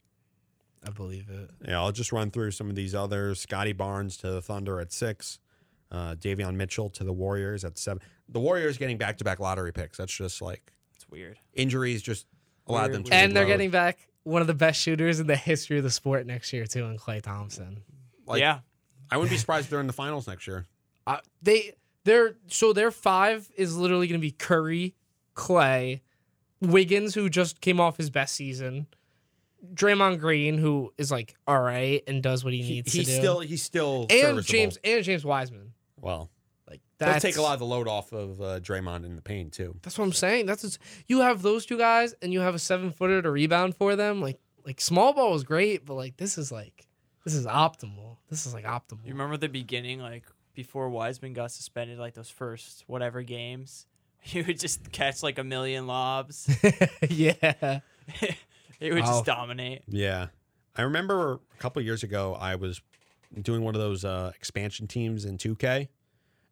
Speaker 2: I believe it.
Speaker 1: Yeah, I'll just run through some of these others. Scotty Barnes to the Thunder at six. Uh, Davion Mitchell to the Warriors at seven. The Warriors getting back to back lottery picks. That's just like
Speaker 3: It's weird.
Speaker 1: injuries just allowed
Speaker 3: Weird,
Speaker 1: them to.
Speaker 3: weird.
Speaker 2: And they're
Speaker 1: implode.
Speaker 2: getting back one of the best shooters in the history of the sport next year too, in Clay Thompson.
Speaker 1: Like-
Speaker 3: yeah.
Speaker 1: I wouldn't be surprised if they're in the finals next year.
Speaker 2: Uh, they they're so their five is literally going to be Curry, Clay, Wiggins, who just came off his best season, Draymond Green, who is like all right and does what he needs
Speaker 1: he's
Speaker 2: to do,
Speaker 1: still he's still serviceable.
Speaker 2: and James and James Wiseman.
Speaker 1: Well,
Speaker 2: Like
Speaker 1: that'll
Speaker 2: that's
Speaker 1: take a lot of the load off of uh, Draymond in the pain too.
Speaker 2: That's what I'm saying. That's just, you have those two guys, and you have a seven footer to rebound for them. Like like small ball was great, but like this is like this is optimal. This is like optimal.
Speaker 3: You remember the beginning, like before Wiseman got suspended, like those first whatever games, [laughs] he would just catch like a million lobs.
Speaker 2: [laughs] yeah. [laughs]
Speaker 3: he would
Speaker 2: Wow.
Speaker 3: just dominate.
Speaker 1: Yeah. I remember a couple years ago, I was doing one of those uh, expansion teams in 2K,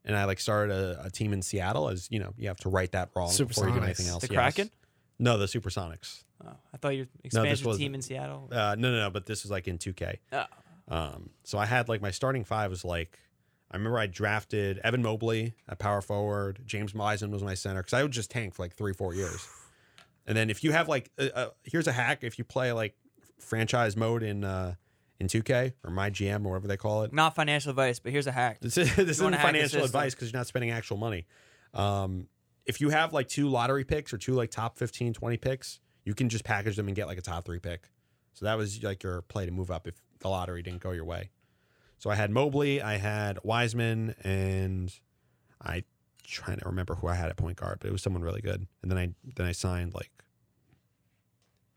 Speaker 1: and I like started a, a team in Seattle. As you know, you have to write that wrong before you do
Speaker 2: Supersonics.
Speaker 1: anything else.
Speaker 3: The
Speaker 1: yes.
Speaker 3: Kraken?
Speaker 1: No, the Supersonics.
Speaker 3: Oh, I thought your expansion
Speaker 1: wasn't.
Speaker 3: team in Seattle.
Speaker 1: Uh, no, no, no. But this was like in 2K.
Speaker 3: Oh.
Speaker 1: Um, so I had like my starting five was like I remember I drafted Evan Mobley at power forward. James Wiseman was my center because I would just tank for like three four years. And then if you have like uh, uh, here's a hack if you play like franchise mode in uh, in 2K or my GM or whatever they call it.
Speaker 3: Not financial advice, but here's a hack.
Speaker 1: This, is, [laughs] this isn't
Speaker 3: wanna hack the
Speaker 1: financial
Speaker 3: system.
Speaker 1: advice because you're not spending actual money. Um, if you have like two lottery picks or two like top 15, 20 picks, you can just package them and get like a top three pick. So that was like your play to move up if the lottery didn't go your way. So I had Mobley, I had Wiseman, and I trying to remember who I had at point guard, but it was someone really good. And then I then I signed like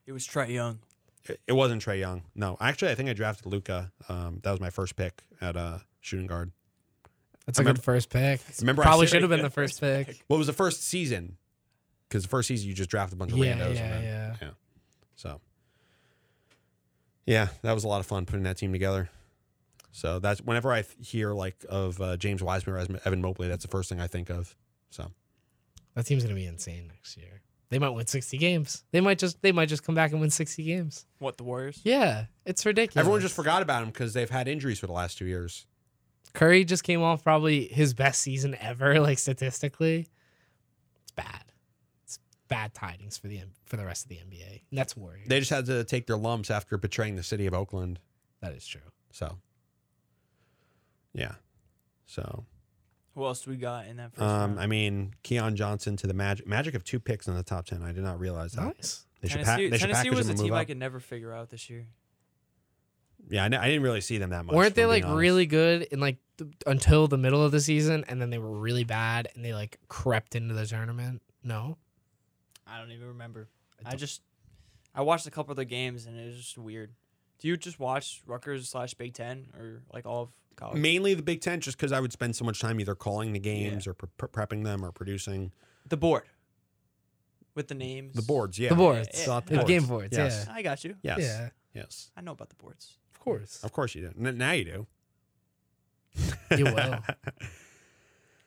Speaker 3: It was Trey Young.
Speaker 1: it- it wasn't Trey Young. No, actually I think I drafted Luca. Um, that was my first pick at uh, shooting guard.
Speaker 2: That's
Speaker 1: I
Speaker 2: a
Speaker 1: remember-
Speaker 2: good first pick.
Speaker 1: Remember I
Speaker 2: Probably
Speaker 1: said-
Speaker 2: should have been the first pick.
Speaker 1: Well, it was the first season because the first season you just draft a bunch of
Speaker 2: Yeah,
Speaker 1: randos.
Speaker 2: yeah,
Speaker 1: and then,
Speaker 2: yeah.
Speaker 1: So, yeah, that was a lot of fun putting that team together. So that's whenever I th- hear like of uh, James Wiseman or Esme- Evan Mobley, that's the first thing I think of. So
Speaker 2: That team's gonna be insane next year. They might win sixty games. They might just they might just come back and win sixty games.
Speaker 3: What, the Warriors?
Speaker 2: Yeah, it's ridiculous.
Speaker 1: everyone just forgot about him because they've had injuries for the last two years.
Speaker 2: Curry just came off probably his best season ever, [laughs] like statistically. It's bad. It's bad tidings for the N- for the rest of the NBA. And that's worrying.
Speaker 1: They just had to take their lumps after betraying the city of Oakland.
Speaker 2: that is true.
Speaker 1: So, yeah. So,
Speaker 3: Who else do we got in that first
Speaker 1: um,
Speaker 3: round?
Speaker 1: I mean, Keon Johnson to the Magic. Magic of two picks in the top 10. I did not realize that.
Speaker 2: Nice.
Speaker 1: They should, pa-
Speaker 3: Tennessee,
Speaker 1: they should
Speaker 3: Tennessee
Speaker 1: package
Speaker 3: was
Speaker 1: them
Speaker 3: a
Speaker 1: and move
Speaker 3: team I
Speaker 1: up.
Speaker 3: could never figure out this year.
Speaker 1: Yeah, I, kn- I didn't really see them that much.
Speaker 2: Weren't
Speaker 1: if
Speaker 2: they
Speaker 1: I'm being
Speaker 2: like
Speaker 1: honest.
Speaker 2: really good in like th- until the middle of the season, and then they were really bad, and they like crept into the tournament? No,
Speaker 3: I don't even remember.
Speaker 2: I
Speaker 3: I,
Speaker 2: don't-
Speaker 3: just I watched a couple of the games and it was just weird. Do you just watch Rutgers slash Big Ten or like all of college?
Speaker 1: Mainly the Big Ten, just because I would spend so much time either calling the games or pre- pre- prepping them or producing
Speaker 3: The board with the names.
Speaker 1: the boards. Yeah,
Speaker 2: the boards,
Speaker 1: It's not the
Speaker 2: The
Speaker 1: boards.
Speaker 2: game boards.
Speaker 1: Yes.
Speaker 3: I got you.
Speaker 1: Yes,
Speaker 2: Yeah, yeah,
Speaker 1: yes,
Speaker 3: I know about the boards.
Speaker 2: of course.
Speaker 1: of course you do. N- now you do. [laughs]
Speaker 2: You will.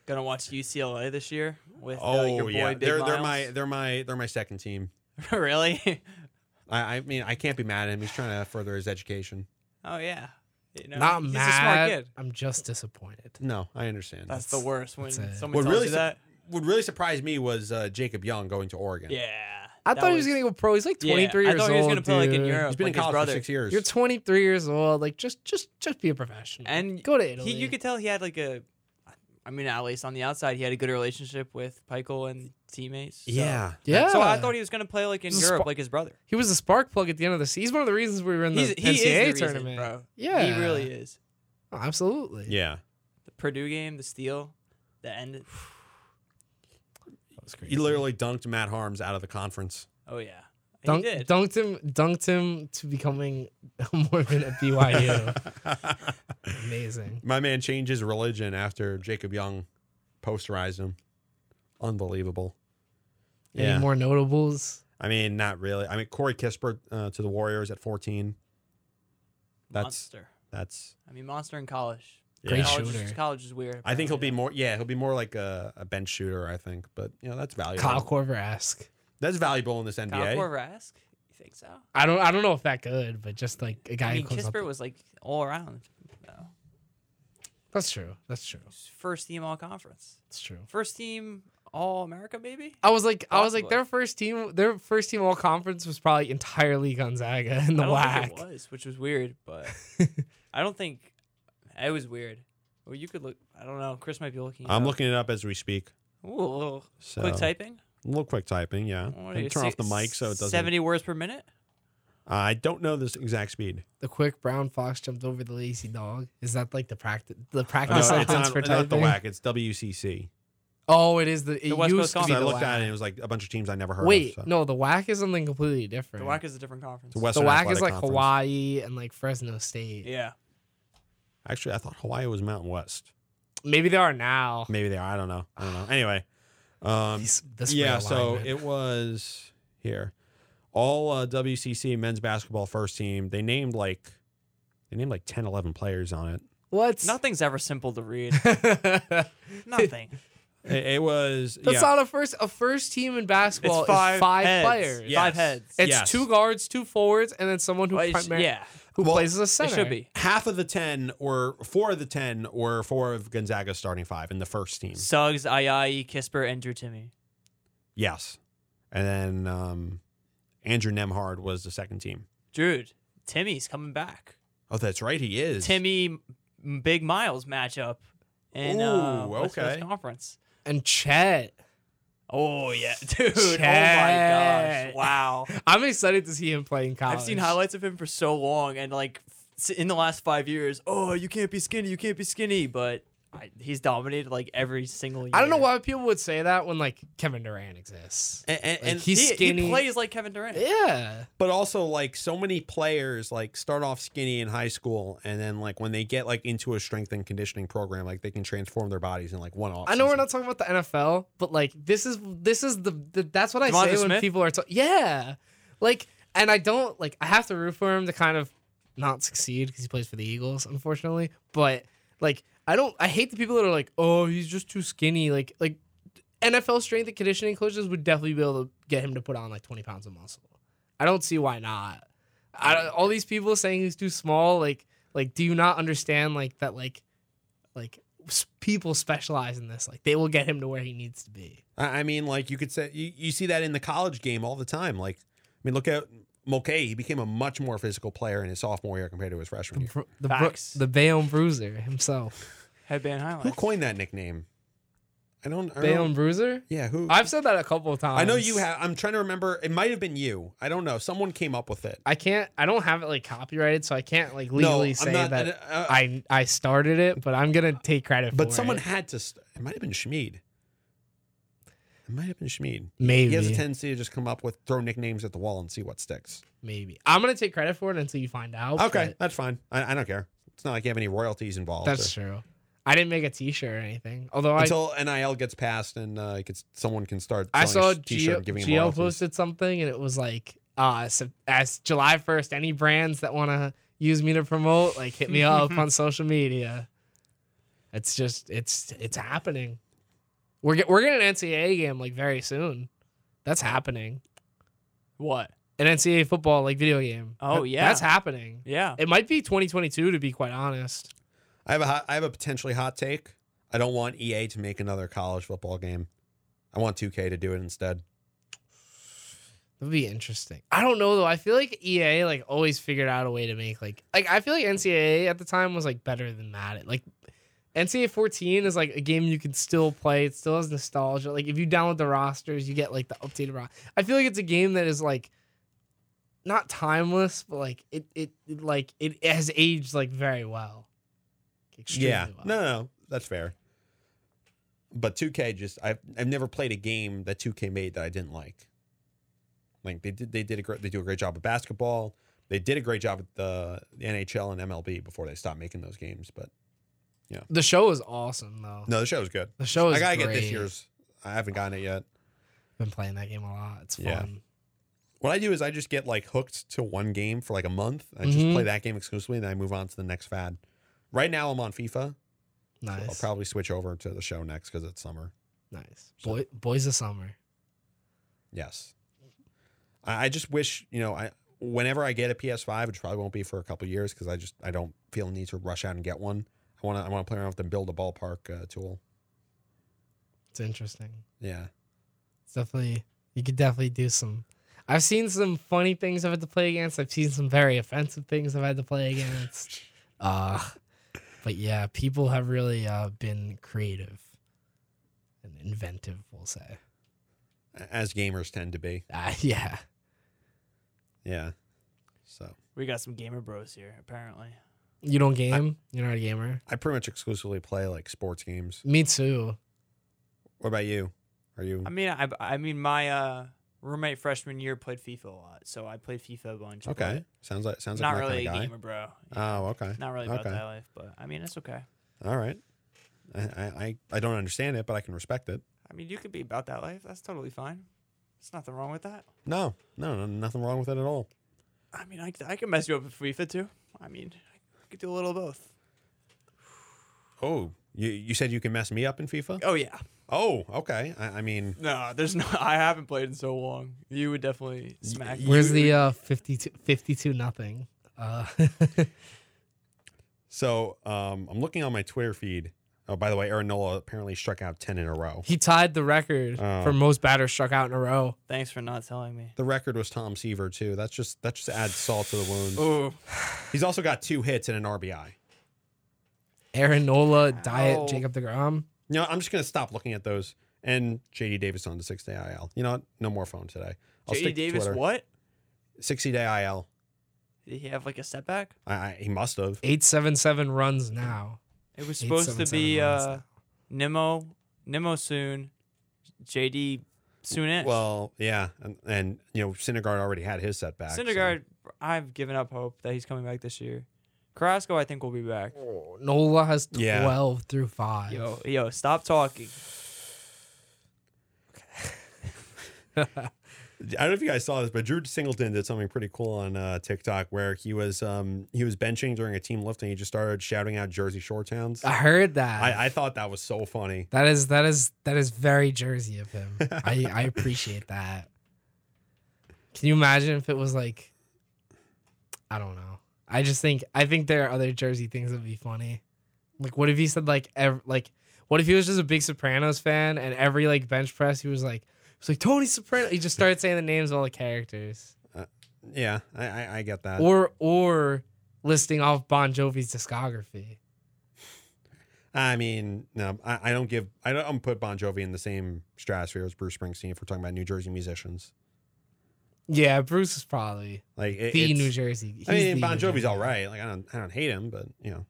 Speaker 3: Gonna watch UCLA this year with uh, your
Speaker 1: oh
Speaker 3: boy
Speaker 1: yeah,
Speaker 3: Big
Speaker 1: they're they're my
Speaker 3: Miles.
Speaker 1: they're my they're my second team.
Speaker 3: [laughs] really?
Speaker 1: I, I mean I can't be mad at him. He's trying to further his education.
Speaker 3: Oh yeah. You know,
Speaker 2: Not
Speaker 3: he's
Speaker 2: mad.
Speaker 3: a smart kid.
Speaker 2: I'm just disappointed.
Speaker 1: No, I understand.
Speaker 3: That's, the
Speaker 2: That's-
Speaker 3: worst when
Speaker 2: that's it.
Speaker 3: someone
Speaker 1: what
Speaker 3: tells
Speaker 1: really
Speaker 3: you
Speaker 1: su-
Speaker 3: that.
Speaker 1: what really surprised me was uh, Jacob Young going to Oregon.
Speaker 3: Yeah.
Speaker 2: I
Speaker 3: that
Speaker 2: thought he was gonna go pro. He's like
Speaker 3: yeah,
Speaker 2: 23 years
Speaker 3: I thought he was
Speaker 2: old.
Speaker 3: gonna play like in
Speaker 2: dude.
Speaker 3: Europe.
Speaker 1: he's been
Speaker 3: like
Speaker 1: in
Speaker 3: his
Speaker 1: college
Speaker 3: brother.
Speaker 1: for six years.
Speaker 2: You're 23 years old. Like just, just, just be a professional.
Speaker 3: And
Speaker 2: go to Italy.
Speaker 3: He, you could tell he had like a, I mean, at least on the outside, he had a good relationship with Peichel and teammates. so-
Speaker 1: yeah,
Speaker 2: yeah.
Speaker 3: So I thought he was gonna play like in
Speaker 2: He's a
Speaker 3: Europe,
Speaker 2: spo-
Speaker 3: like his brother.
Speaker 2: he was a spark plug at the end of the season. He's one of the reasons we were in the
Speaker 3: He's,
Speaker 2: NCAA
Speaker 3: he is the reason,
Speaker 2: tournament,
Speaker 3: bro.
Speaker 2: Yeah,
Speaker 3: He really is.
Speaker 2: Oh, absolutely.
Speaker 1: yeah.
Speaker 3: The Purdue game, the steal, the end.
Speaker 2: that was crazy.
Speaker 1: He literally dunked Matt Harms out of the conference.
Speaker 3: Oh yeah, he
Speaker 2: Dunk,
Speaker 3: did.
Speaker 2: dunked him, dunked him to becoming [laughs] a Mormon at [laughs] BYU. Amazing.
Speaker 1: [laughs] My man changes religion after Jacob Young posterized him. Unbelievable. Yeah.
Speaker 2: Any more notables?
Speaker 1: I mean, not really. I mean, Corey Kispert uh, to the Warriors at 14. That's
Speaker 3: monster.
Speaker 1: that's.
Speaker 3: I mean, monster in college.
Speaker 2: Great
Speaker 1: yeah.
Speaker 3: college, Is,
Speaker 2: shooter.
Speaker 3: college is weird.
Speaker 1: I think he'll
Speaker 3: apparently,
Speaker 1: be more. Yeah, he'll be more like a, a bench shooter. I think, but you know, that's valuable.
Speaker 2: Kyle Korver esque.
Speaker 1: That's valuable in this
Speaker 3: though. Kyle
Speaker 1: NBA.
Speaker 3: Korver-esque? You think so?
Speaker 2: I don't, I don't know if that good, but just like a guy
Speaker 3: I mean,
Speaker 2: who comes up.
Speaker 3: Kispert was like all around. though.
Speaker 2: That's true. That's true.
Speaker 3: First team all conference.
Speaker 2: That's true.
Speaker 3: First team all America, maybe?
Speaker 2: I was like, I was like,
Speaker 3: Possibly.
Speaker 2: their first team, their first team all conference was probably entirely Gonzaga and
Speaker 3: I
Speaker 2: the
Speaker 3: don't
Speaker 2: whack.
Speaker 3: think it was, which was weird,
Speaker 2: [laughs]
Speaker 3: but I don't think it was weird. Well, you could look. I don't know. Chris might be looking. it
Speaker 1: I'm
Speaker 3: up.
Speaker 1: looking it up as we speak.
Speaker 3: Ooh,
Speaker 1: So
Speaker 3: quick typing.
Speaker 1: A little quick typing, yeah.
Speaker 3: What
Speaker 1: And
Speaker 3: are you,
Speaker 1: turn off the
Speaker 3: si-
Speaker 1: mic so it doesn't.
Speaker 3: Seventy words per minute.
Speaker 1: I don't know this exact speed.
Speaker 2: The quick brown fox jumped over the lazy dog. Is that like the practice? The practice
Speaker 1: No, Uh, it's
Speaker 2: sentence
Speaker 1: not,
Speaker 2: for
Speaker 1: not the
Speaker 2: typing?
Speaker 1: whack. It's WCC.
Speaker 2: Oh, it is the. It
Speaker 3: The West
Speaker 2: used
Speaker 3: Coast
Speaker 1: So
Speaker 2: to be
Speaker 1: I
Speaker 3: Conference.
Speaker 2: the
Speaker 1: looked
Speaker 2: whack.
Speaker 1: at it and it was like a bunch of teams I never heard
Speaker 2: Wait,
Speaker 1: of. so.
Speaker 2: no, the whack is something completely different.
Speaker 3: The whack is a different
Speaker 1: It's
Speaker 3: conference.
Speaker 1: a
Speaker 2: The
Speaker 1: Western
Speaker 2: whack is
Speaker 1: Athletic
Speaker 2: like
Speaker 1: Conference.
Speaker 2: Hawaii and like Fresno State.
Speaker 3: Yeah.
Speaker 1: Actually, I thought Hawaii was Mountain West.
Speaker 2: Maybe they are now.
Speaker 1: Maybe they are. I don't know. I don't
Speaker 2: [sighs]
Speaker 1: know. Anyway, um,
Speaker 2: These- this
Speaker 1: yeah. So
Speaker 2: realignment.
Speaker 1: it was here. All uh, WCC men's basketball first team. They named like they named like 10, 11 players on
Speaker 2: [laughs]
Speaker 1: it.
Speaker 2: what?
Speaker 3: Nothing's ever simple
Speaker 2: [laughs]
Speaker 3: to read.
Speaker 2: That's
Speaker 3: Nothing.
Speaker 1: It, it was yeah.
Speaker 2: not a first. A first team in basketball
Speaker 3: it's five,
Speaker 2: is five
Speaker 3: heads.
Speaker 2: players.
Speaker 1: Yeah. Yes.
Speaker 3: Five heads.
Speaker 2: It's
Speaker 1: Yes.
Speaker 2: two guards, two forwards, and then someone who
Speaker 3: Well, it's-
Speaker 2: primar-
Speaker 3: yeah.
Speaker 2: who
Speaker 1: Well,
Speaker 2: plays as a center.
Speaker 3: It should be.
Speaker 1: half of the ten or four of the ten or four of Gonzaga's starting five in the first team.
Speaker 3: Suggs, Ayayi, Kisper, and Drew Timmy.
Speaker 1: Yes, and then um, Andrew Nemhard was the second team.
Speaker 3: Dude, Timmy's coming back.
Speaker 1: Oh, that's right. He is
Speaker 3: Timmy, M- Big Miles matchup in uh,
Speaker 1: Ooh,
Speaker 3: West Coast
Speaker 1: okay.
Speaker 3: Conference.
Speaker 2: And Chet.
Speaker 3: Oh yeah, [laughs] dude. Oh my
Speaker 2: Chet.
Speaker 3: gosh. Wow.
Speaker 2: I'm excited to see him play in college.
Speaker 3: I've seen highlights of him for so long, and like s- in the last five years, oh, you can't be skinny, you can't be skinny, but I, he's dominated like every single. year.
Speaker 2: I don't know why people would say that when like Kevin Durant exists.
Speaker 1: and, and,
Speaker 2: Like,
Speaker 1: and-
Speaker 2: he's
Speaker 3: he,
Speaker 2: skinny. Eh,
Speaker 3: He plays like Kevin Durant.
Speaker 2: yeah.
Speaker 1: but also like so many players like start off skinny in high school and then like when they get like into a strength and conditioning program like they can transform their bodies in like one off.
Speaker 2: I know we're not talking about the NFL, but like this is this is the, the that's what I
Speaker 3: Devonta
Speaker 2: say when
Speaker 3: Smith?
Speaker 2: people are talking. Yeah, like and I don't like I have to root for him to kind of not succeed because he plays for the Eagles, unfortunately. But like I don't I hate the people that are like, oh, he's just too skinny. Like like NFL strength and conditioning coaches would definitely be able to get him to put on like twenty pounds of muscle. I don't see why not. I, don't- all these people saying he's too small, like like do you not understand like that like like s- people specialize in this like they will get him to where he needs to be
Speaker 1: I I mean like you could say you, you see that in the college game all the time. Like I mean look at Mulcahy. He became a much more physical player in his sophomore year compared to his freshman year.
Speaker 2: the
Speaker 3: Bru- Facts.
Speaker 2: the
Speaker 3: the
Speaker 2: Bayonne Bruiser himself
Speaker 3: Headband
Speaker 1: Who
Speaker 3: highlights.
Speaker 1: coined that nickname? I don't. I
Speaker 2: Bayonne
Speaker 1: don't
Speaker 2: Bruiser
Speaker 1: yeah, who?
Speaker 2: I've said that a couple of times
Speaker 1: I know you have. I'm trying to remember. It might have been you. I don't know. Someone came up with it.
Speaker 2: I can't I don't have it like copyrighted so I can't like
Speaker 1: No,
Speaker 2: legally
Speaker 1: I'm
Speaker 2: say
Speaker 1: not-
Speaker 2: that
Speaker 1: uh,
Speaker 2: I I started it but I'm gonna take credit
Speaker 1: But
Speaker 2: for
Speaker 1: someone
Speaker 2: it.
Speaker 1: had to. St- it might have been Schmid. It might have been Schmid.
Speaker 2: maybe
Speaker 1: He has a tendency to just come up with throw nicknames at the wall and see what sticks.
Speaker 2: maybe I'm gonna take credit for it until you find out
Speaker 1: Okay,
Speaker 2: but
Speaker 1: that's fine. I, I don't care. It's not like you have any royalties involved.
Speaker 2: that's
Speaker 1: or-
Speaker 2: true I didn't make a T-shirt or anything although I
Speaker 1: until NIL gets passed and uh, it gets, someone can start.
Speaker 2: I
Speaker 1: selling
Speaker 2: saw
Speaker 1: a t-shirt
Speaker 2: Geo,
Speaker 1: and giving him
Speaker 2: Geo
Speaker 1: royalties.
Speaker 2: posted something and it was like, uh, so as July 1st, any brands that want to use me to promote, like hit
Speaker 1: [laughs]
Speaker 2: me up on social media. It's just, it's, it's happening. We're, get, we're getting an NCAA game like very soon. That's happening.
Speaker 3: What?
Speaker 2: An NCAA football like video game.
Speaker 3: Oh,
Speaker 2: That-
Speaker 3: yeah.
Speaker 2: That's happening.
Speaker 3: Yeah.
Speaker 2: It might be 2022 to be quite honest.
Speaker 1: I have a hot, I have a potentially hot take. I don't want EA to make another college football game. I want 2K to do it instead.
Speaker 2: That'd be interesting. I don't know though. I feel like EA like always figured out a way to make like like I feel like NCAA at the time was like better than Madden. Like NCAA 14 is like a game you can still play. It still has nostalgia. Like if you download the rosters, you get like the updated roster. I feel like it's a game that is like not timeless, but like it it, it like it has aged like very well. Extremely
Speaker 1: yeah,
Speaker 2: well.
Speaker 1: no, no, no, that's fair. But 2K just I've I've never played a game that 2K made that I didn't like. Like they did they did a great they do a great job with basketball. They did a great job with the, the NHL and MLB before they stopped making those games. But
Speaker 2: The show is awesome though.
Speaker 1: no, the show's good.
Speaker 2: The show is
Speaker 1: I gotta get this
Speaker 2: great.
Speaker 1: year's. I haven't gotten it yet.
Speaker 2: Been playing that game a lot. It's fun.
Speaker 1: Yeah. What I do is I just get like hooked to one game for like a month. I just
Speaker 2: Mhm.
Speaker 1: play that game exclusively, and then I move on to the next fad. Right now I'm on FIFA. so I'll
Speaker 2: Nice.
Speaker 1: probably switch over to the show next because it's summer.
Speaker 2: nice. Boy, boys of summer.
Speaker 1: Yes. I, I just wish, you know, I whenever I get a PS5, which probably won't be for a couple years because I just I don't feel the need to rush out and get one. I want to I want to play around with them build a ballpark uh, tool.
Speaker 2: It's interesting.
Speaker 1: Yeah.
Speaker 2: It's definitely you could definitely do some. I've seen some funny things I've had to play against. I've seen some very offensive things I've had to play against. uh, but yeah, people have really uh, been creative and inventive, we'll say.
Speaker 1: As gamers tend to be.
Speaker 2: Uh, [laughs] yeah.
Speaker 1: Yeah. So
Speaker 3: We got some gamer bros here, apparently.
Speaker 2: You don't game? You're not a gamer?
Speaker 1: I pretty much exclusively play like sports games.
Speaker 2: Me too.
Speaker 1: What about you? Are you
Speaker 3: I mean, I, I mean, my uh, roommate freshman year played FIFA a lot, so I played FIFA a bunch.
Speaker 1: okay? Sounds like sounds
Speaker 3: but Not
Speaker 1: like my
Speaker 3: really
Speaker 1: kind
Speaker 3: a
Speaker 1: of
Speaker 3: gamer bro.
Speaker 1: guy. Oh, okay.
Speaker 3: Not really about
Speaker 1: okay.
Speaker 3: that life, but I mean, it's okay.
Speaker 1: All right. I, I I- I don't understand it, but I can respect it.
Speaker 3: I mean, you could be about that life. That's totally fine. There's nothing wrong with that.
Speaker 1: No, no, no nothing wrong with it at all.
Speaker 3: I mean, I, I can mess you up with FIFA too. I mean, I could do a little of both.
Speaker 1: Oh, you you said you can mess me up in FIFA?
Speaker 3: Oh yeah.
Speaker 1: Oh, okay. I, I mean,
Speaker 3: No, there's [laughs] no. I haven't played in so long. You would definitely smack. me.
Speaker 2: Where's the uh, 52, 52 nothing? Uh, [laughs]
Speaker 1: so um, I'm looking on my Twitter feed. Oh, by the way, Aaron Nola apparently struck out ten in a row.
Speaker 2: he tied the record
Speaker 1: Oh.
Speaker 2: for most batters struck out in a row.
Speaker 3: Thanks for not telling me.
Speaker 1: The record was Tom Seaver too. That's just that just adds salt to the wound.
Speaker 3: Oh,
Speaker 1: He's also got two hits and an RBI.
Speaker 2: Aaron Nola,
Speaker 3: Ow.
Speaker 2: Diet, Jacob DeGrom.
Speaker 1: You know, I'm just gonna stop looking at those. And JD Davis on the six day IL. You know what? No more phone today. I'll
Speaker 3: JD
Speaker 1: stick to
Speaker 3: E Davis,
Speaker 1: Twitter.
Speaker 3: what?
Speaker 1: Sixty day IL.
Speaker 3: Did he have like a setback?
Speaker 1: I, I he must have.
Speaker 2: 877 runs now.
Speaker 3: It was
Speaker 2: Eight,
Speaker 3: supposed to
Speaker 2: seven,
Speaker 3: be
Speaker 2: seven runs
Speaker 3: uh, Nimmo, Nimmo soon, JD soon it.
Speaker 1: Well, yeah, and, and you know, Syndergaard already had his setback. so-
Speaker 3: Syndergaard, I've given up hope that he's coming back this year. Carrasco, I think will be back.
Speaker 1: Oh,
Speaker 2: Nola has
Speaker 1: Yeah.
Speaker 2: 12 through 5.
Speaker 3: Yo, yo, stop talking.
Speaker 1: I don't know if you guys saw this, but Drew Singleton did something pretty cool on uh, TikTok where he was um, he was benching during a team lift and he just started shouting out Jersey Shore towns.
Speaker 2: I heard that.
Speaker 1: I, I thought that was so funny.
Speaker 2: that is that is that is very Jersey
Speaker 1: [laughs]
Speaker 2: of him. I, I appreciate that. Can you imagine if it was like I don't know. I just think I think there are other Jersey things that would be funny. Like what if he said like ev- like what if he was just a big Sopranos fan and every like bench press he was like he was like Tony Soprano he just started saying the names of all the characters.
Speaker 1: Yeah, I, I, I get that.
Speaker 2: or or listing off Bon Jovi's discography.
Speaker 1: I mean, no, I, I don't give I don't, I don't put Bon Jovi in the same stratosphere as Bruce Springsteen if we're talking about New Jersey musicians.
Speaker 2: Yeah, Bruce is probably
Speaker 1: Like it,
Speaker 2: the
Speaker 1: it's-
Speaker 2: New Jersey. He's
Speaker 1: I mean,
Speaker 2: the
Speaker 1: Bon
Speaker 2: New
Speaker 1: Jovi's
Speaker 2: Jersey.
Speaker 1: all right. Like I don't I don't hate him, but you know,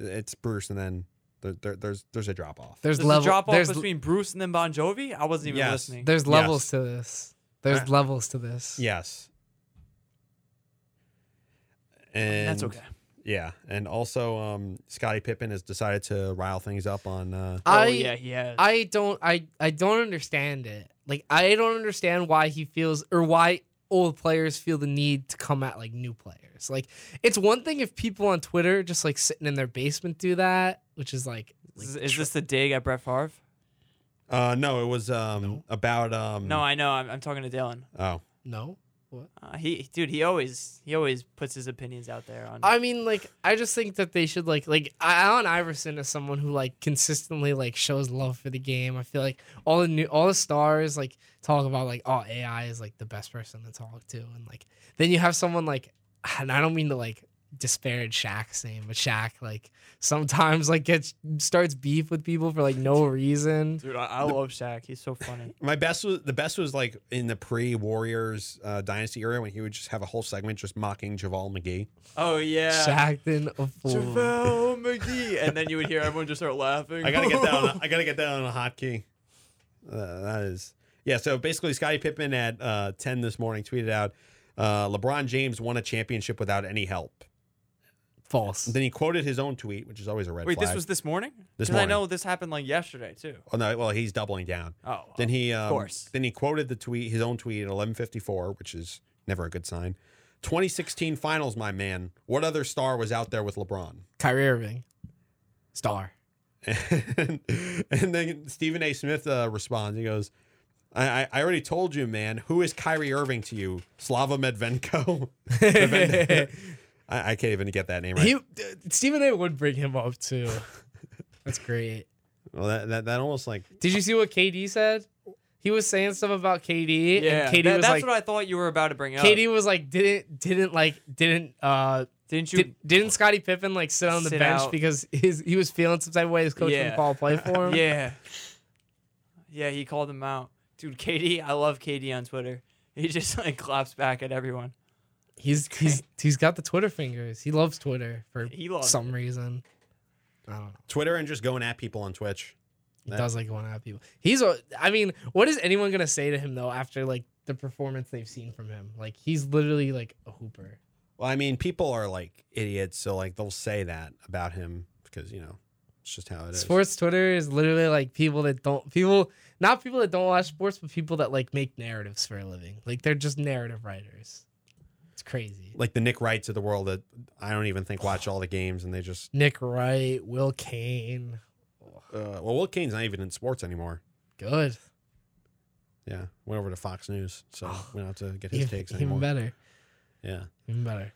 Speaker 1: it's Bruce, and then there, there, there's there's a drop off.
Speaker 2: There's,
Speaker 3: There's a
Speaker 2: level.
Speaker 3: drop off
Speaker 2: there's
Speaker 3: between Bruce and then Bon Jovi. I wasn't even
Speaker 1: Yes.
Speaker 3: listening.
Speaker 2: there's levels
Speaker 1: Yes.
Speaker 2: to this. There's
Speaker 1: Uh,
Speaker 2: levels to this.
Speaker 1: Yes. And
Speaker 3: That's okay.
Speaker 1: Yeah, and also um, Scottie Pippen has decided to rile things up on. Uh,
Speaker 2: I
Speaker 3: oh yeah, he has.
Speaker 2: I don't I I don't understand it. Like I don't understand why he feels or why old players feel the need to come at like new players. Like it's one thing if people on Twitter just like sitting in their basement do that, which is like, like
Speaker 3: is, is this the dig at Brett Favre?
Speaker 1: uh, no, it was um, about. Um,
Speaker 3: No, I know. I'm, I'm talking to Dylan.
Speaker 1: oh,
Speaker 2: no.
Speaker 3: Uh, he, dude, he always he always puts his opinions out there on.
Speaker 2: I mean, like, I just think that they should like, like Allen Iverson is someone who like consistently like shows love for the game. I feel like all the new, all the stars like talk about like, oh, AI is like the best person to talk to, and like then you have someone like, [sighs] and I don't mean to like disparage Shaq's name, but Shaq like sometimes like gets starts beef with people for like no reason.
Speaker 3: dude, I, I love Shaq. He's so funny.
Speaker 1: my best was the best was like in the pre Warriors uh, dynasty era when he would just have a whole segment just mocking Javale McGee.
Speaker 3: Oh yeah.
Speaker 2: Shaq then a fool.
Speaker 3: JaVale McGee, and then you would hear everyone just start laughing.
Speaker 1: I gotta get that. On a, I gotta get that on a hotkey. Uh, that is, yeah. So basically, Scottie Pippen at uh, ten this morning tweeted out, uh, "LeBron James won a championship without any help."
Speaker 2: False.
Speaker 1: Then he quoted his own tweet, which is always a red
Speaker 3: [laughs] Wait,
Speaker 1: flag.
Speaker 3: this was this morning?
Speaker 1: This
Speaker 3: Because I
Speaker 1: morning.
Speaker 3: know this happened like yesterday too.
Speaker 1: Oh no! Well, he's doubling down.
Speaker 3: Oh,
Speaker 1: Then he, um,
Speaker 3: course.
Speaker 1: Then he quoted the tweet, his own tweet at eleven fifty four, which is never a good sign. Twenty sixteen Finals, my man. What other star was out there with LeBron? [laughs]
Speaker 2: Kyrie Irving, star.
Speaker 1: And, and then Stephen A. Smith uh, responds. He goes, I, "I I already told [laughs]
Speaker 3: [laughs]
Speaker 1: you, man. Who is Kyrie Irving to you? Slava Medvenko." The Ven- I, I can't even get that name right.
Speaker 2: He d- Stephen A. would bring him up too. [laughs] That's great.
Speaker 1: well, that, that that almost like
Speaker 2: Did you see what KD said? He was saying stuff about KD, and KD
Speaker 3: That-
Speaker 2: was
Speaker 3: that's
Speaker 2: like,
Speaker 3: what I thought you were about to bring up.
Speaker 2: KD was like, didn't didn't like didn't uh
Speaker 3: didn't you?
Speaker 2: did, didn't Scottie Pippen like sit on the
Speaker 3: Sit
Speaker 2: bench
Speaker 3: out.
Speaker 2: because his he was feeling some type of way his coach
Speaker 3: Yeah.
Speaker 2: didn't call a play for him.
Speaker 3: [laughs] [laughs] yeah, yeah. He called him out, dude. KD, I love KD on Twitter. He just like claps back at everyone.
Speaker 2: He's he's he's got the Twitter fingers. He loves Twitter for
Speaker 3: He loves
Speaker 2: some reason. I don't know.
Speaker 1: Twitter and just going at people on Twitch.
Speaker 2: He
Speaker 1: That-
Speaker 2: does like want to have people. He's a. I mean, what is anyone gonna say to him though after like the performance they've seen from him? Like he's literally like a hooper.
Speaker 1: Well, I mean, people are like idiots, so like they'll say that about him because you know it's just how it is.
Speaker 2: Sports Twitter is literally like people that don't people not people that don't watch sports, but people that like make narratives for a living. Like they're just narrative wrighers. It's crazy.
Speaker 1: Like the Nick Wrights of the world that I don't even think watch all the games, and they just
Speaker 2: Nick Wright, Will Kane,
Speaker 1: uh, well, Will Kane's not even in sports anymore.
Speaker 2: good,
Speaker 1: Yeah, went over to Fox News, so we don't have to get his
Speaker 2: even,
Speaker 1: takes
Speaker 2: even
Speaker 1: anymore.
Speaker 2: better,
Speaker 1: Yeah,
Speaker 2: even better.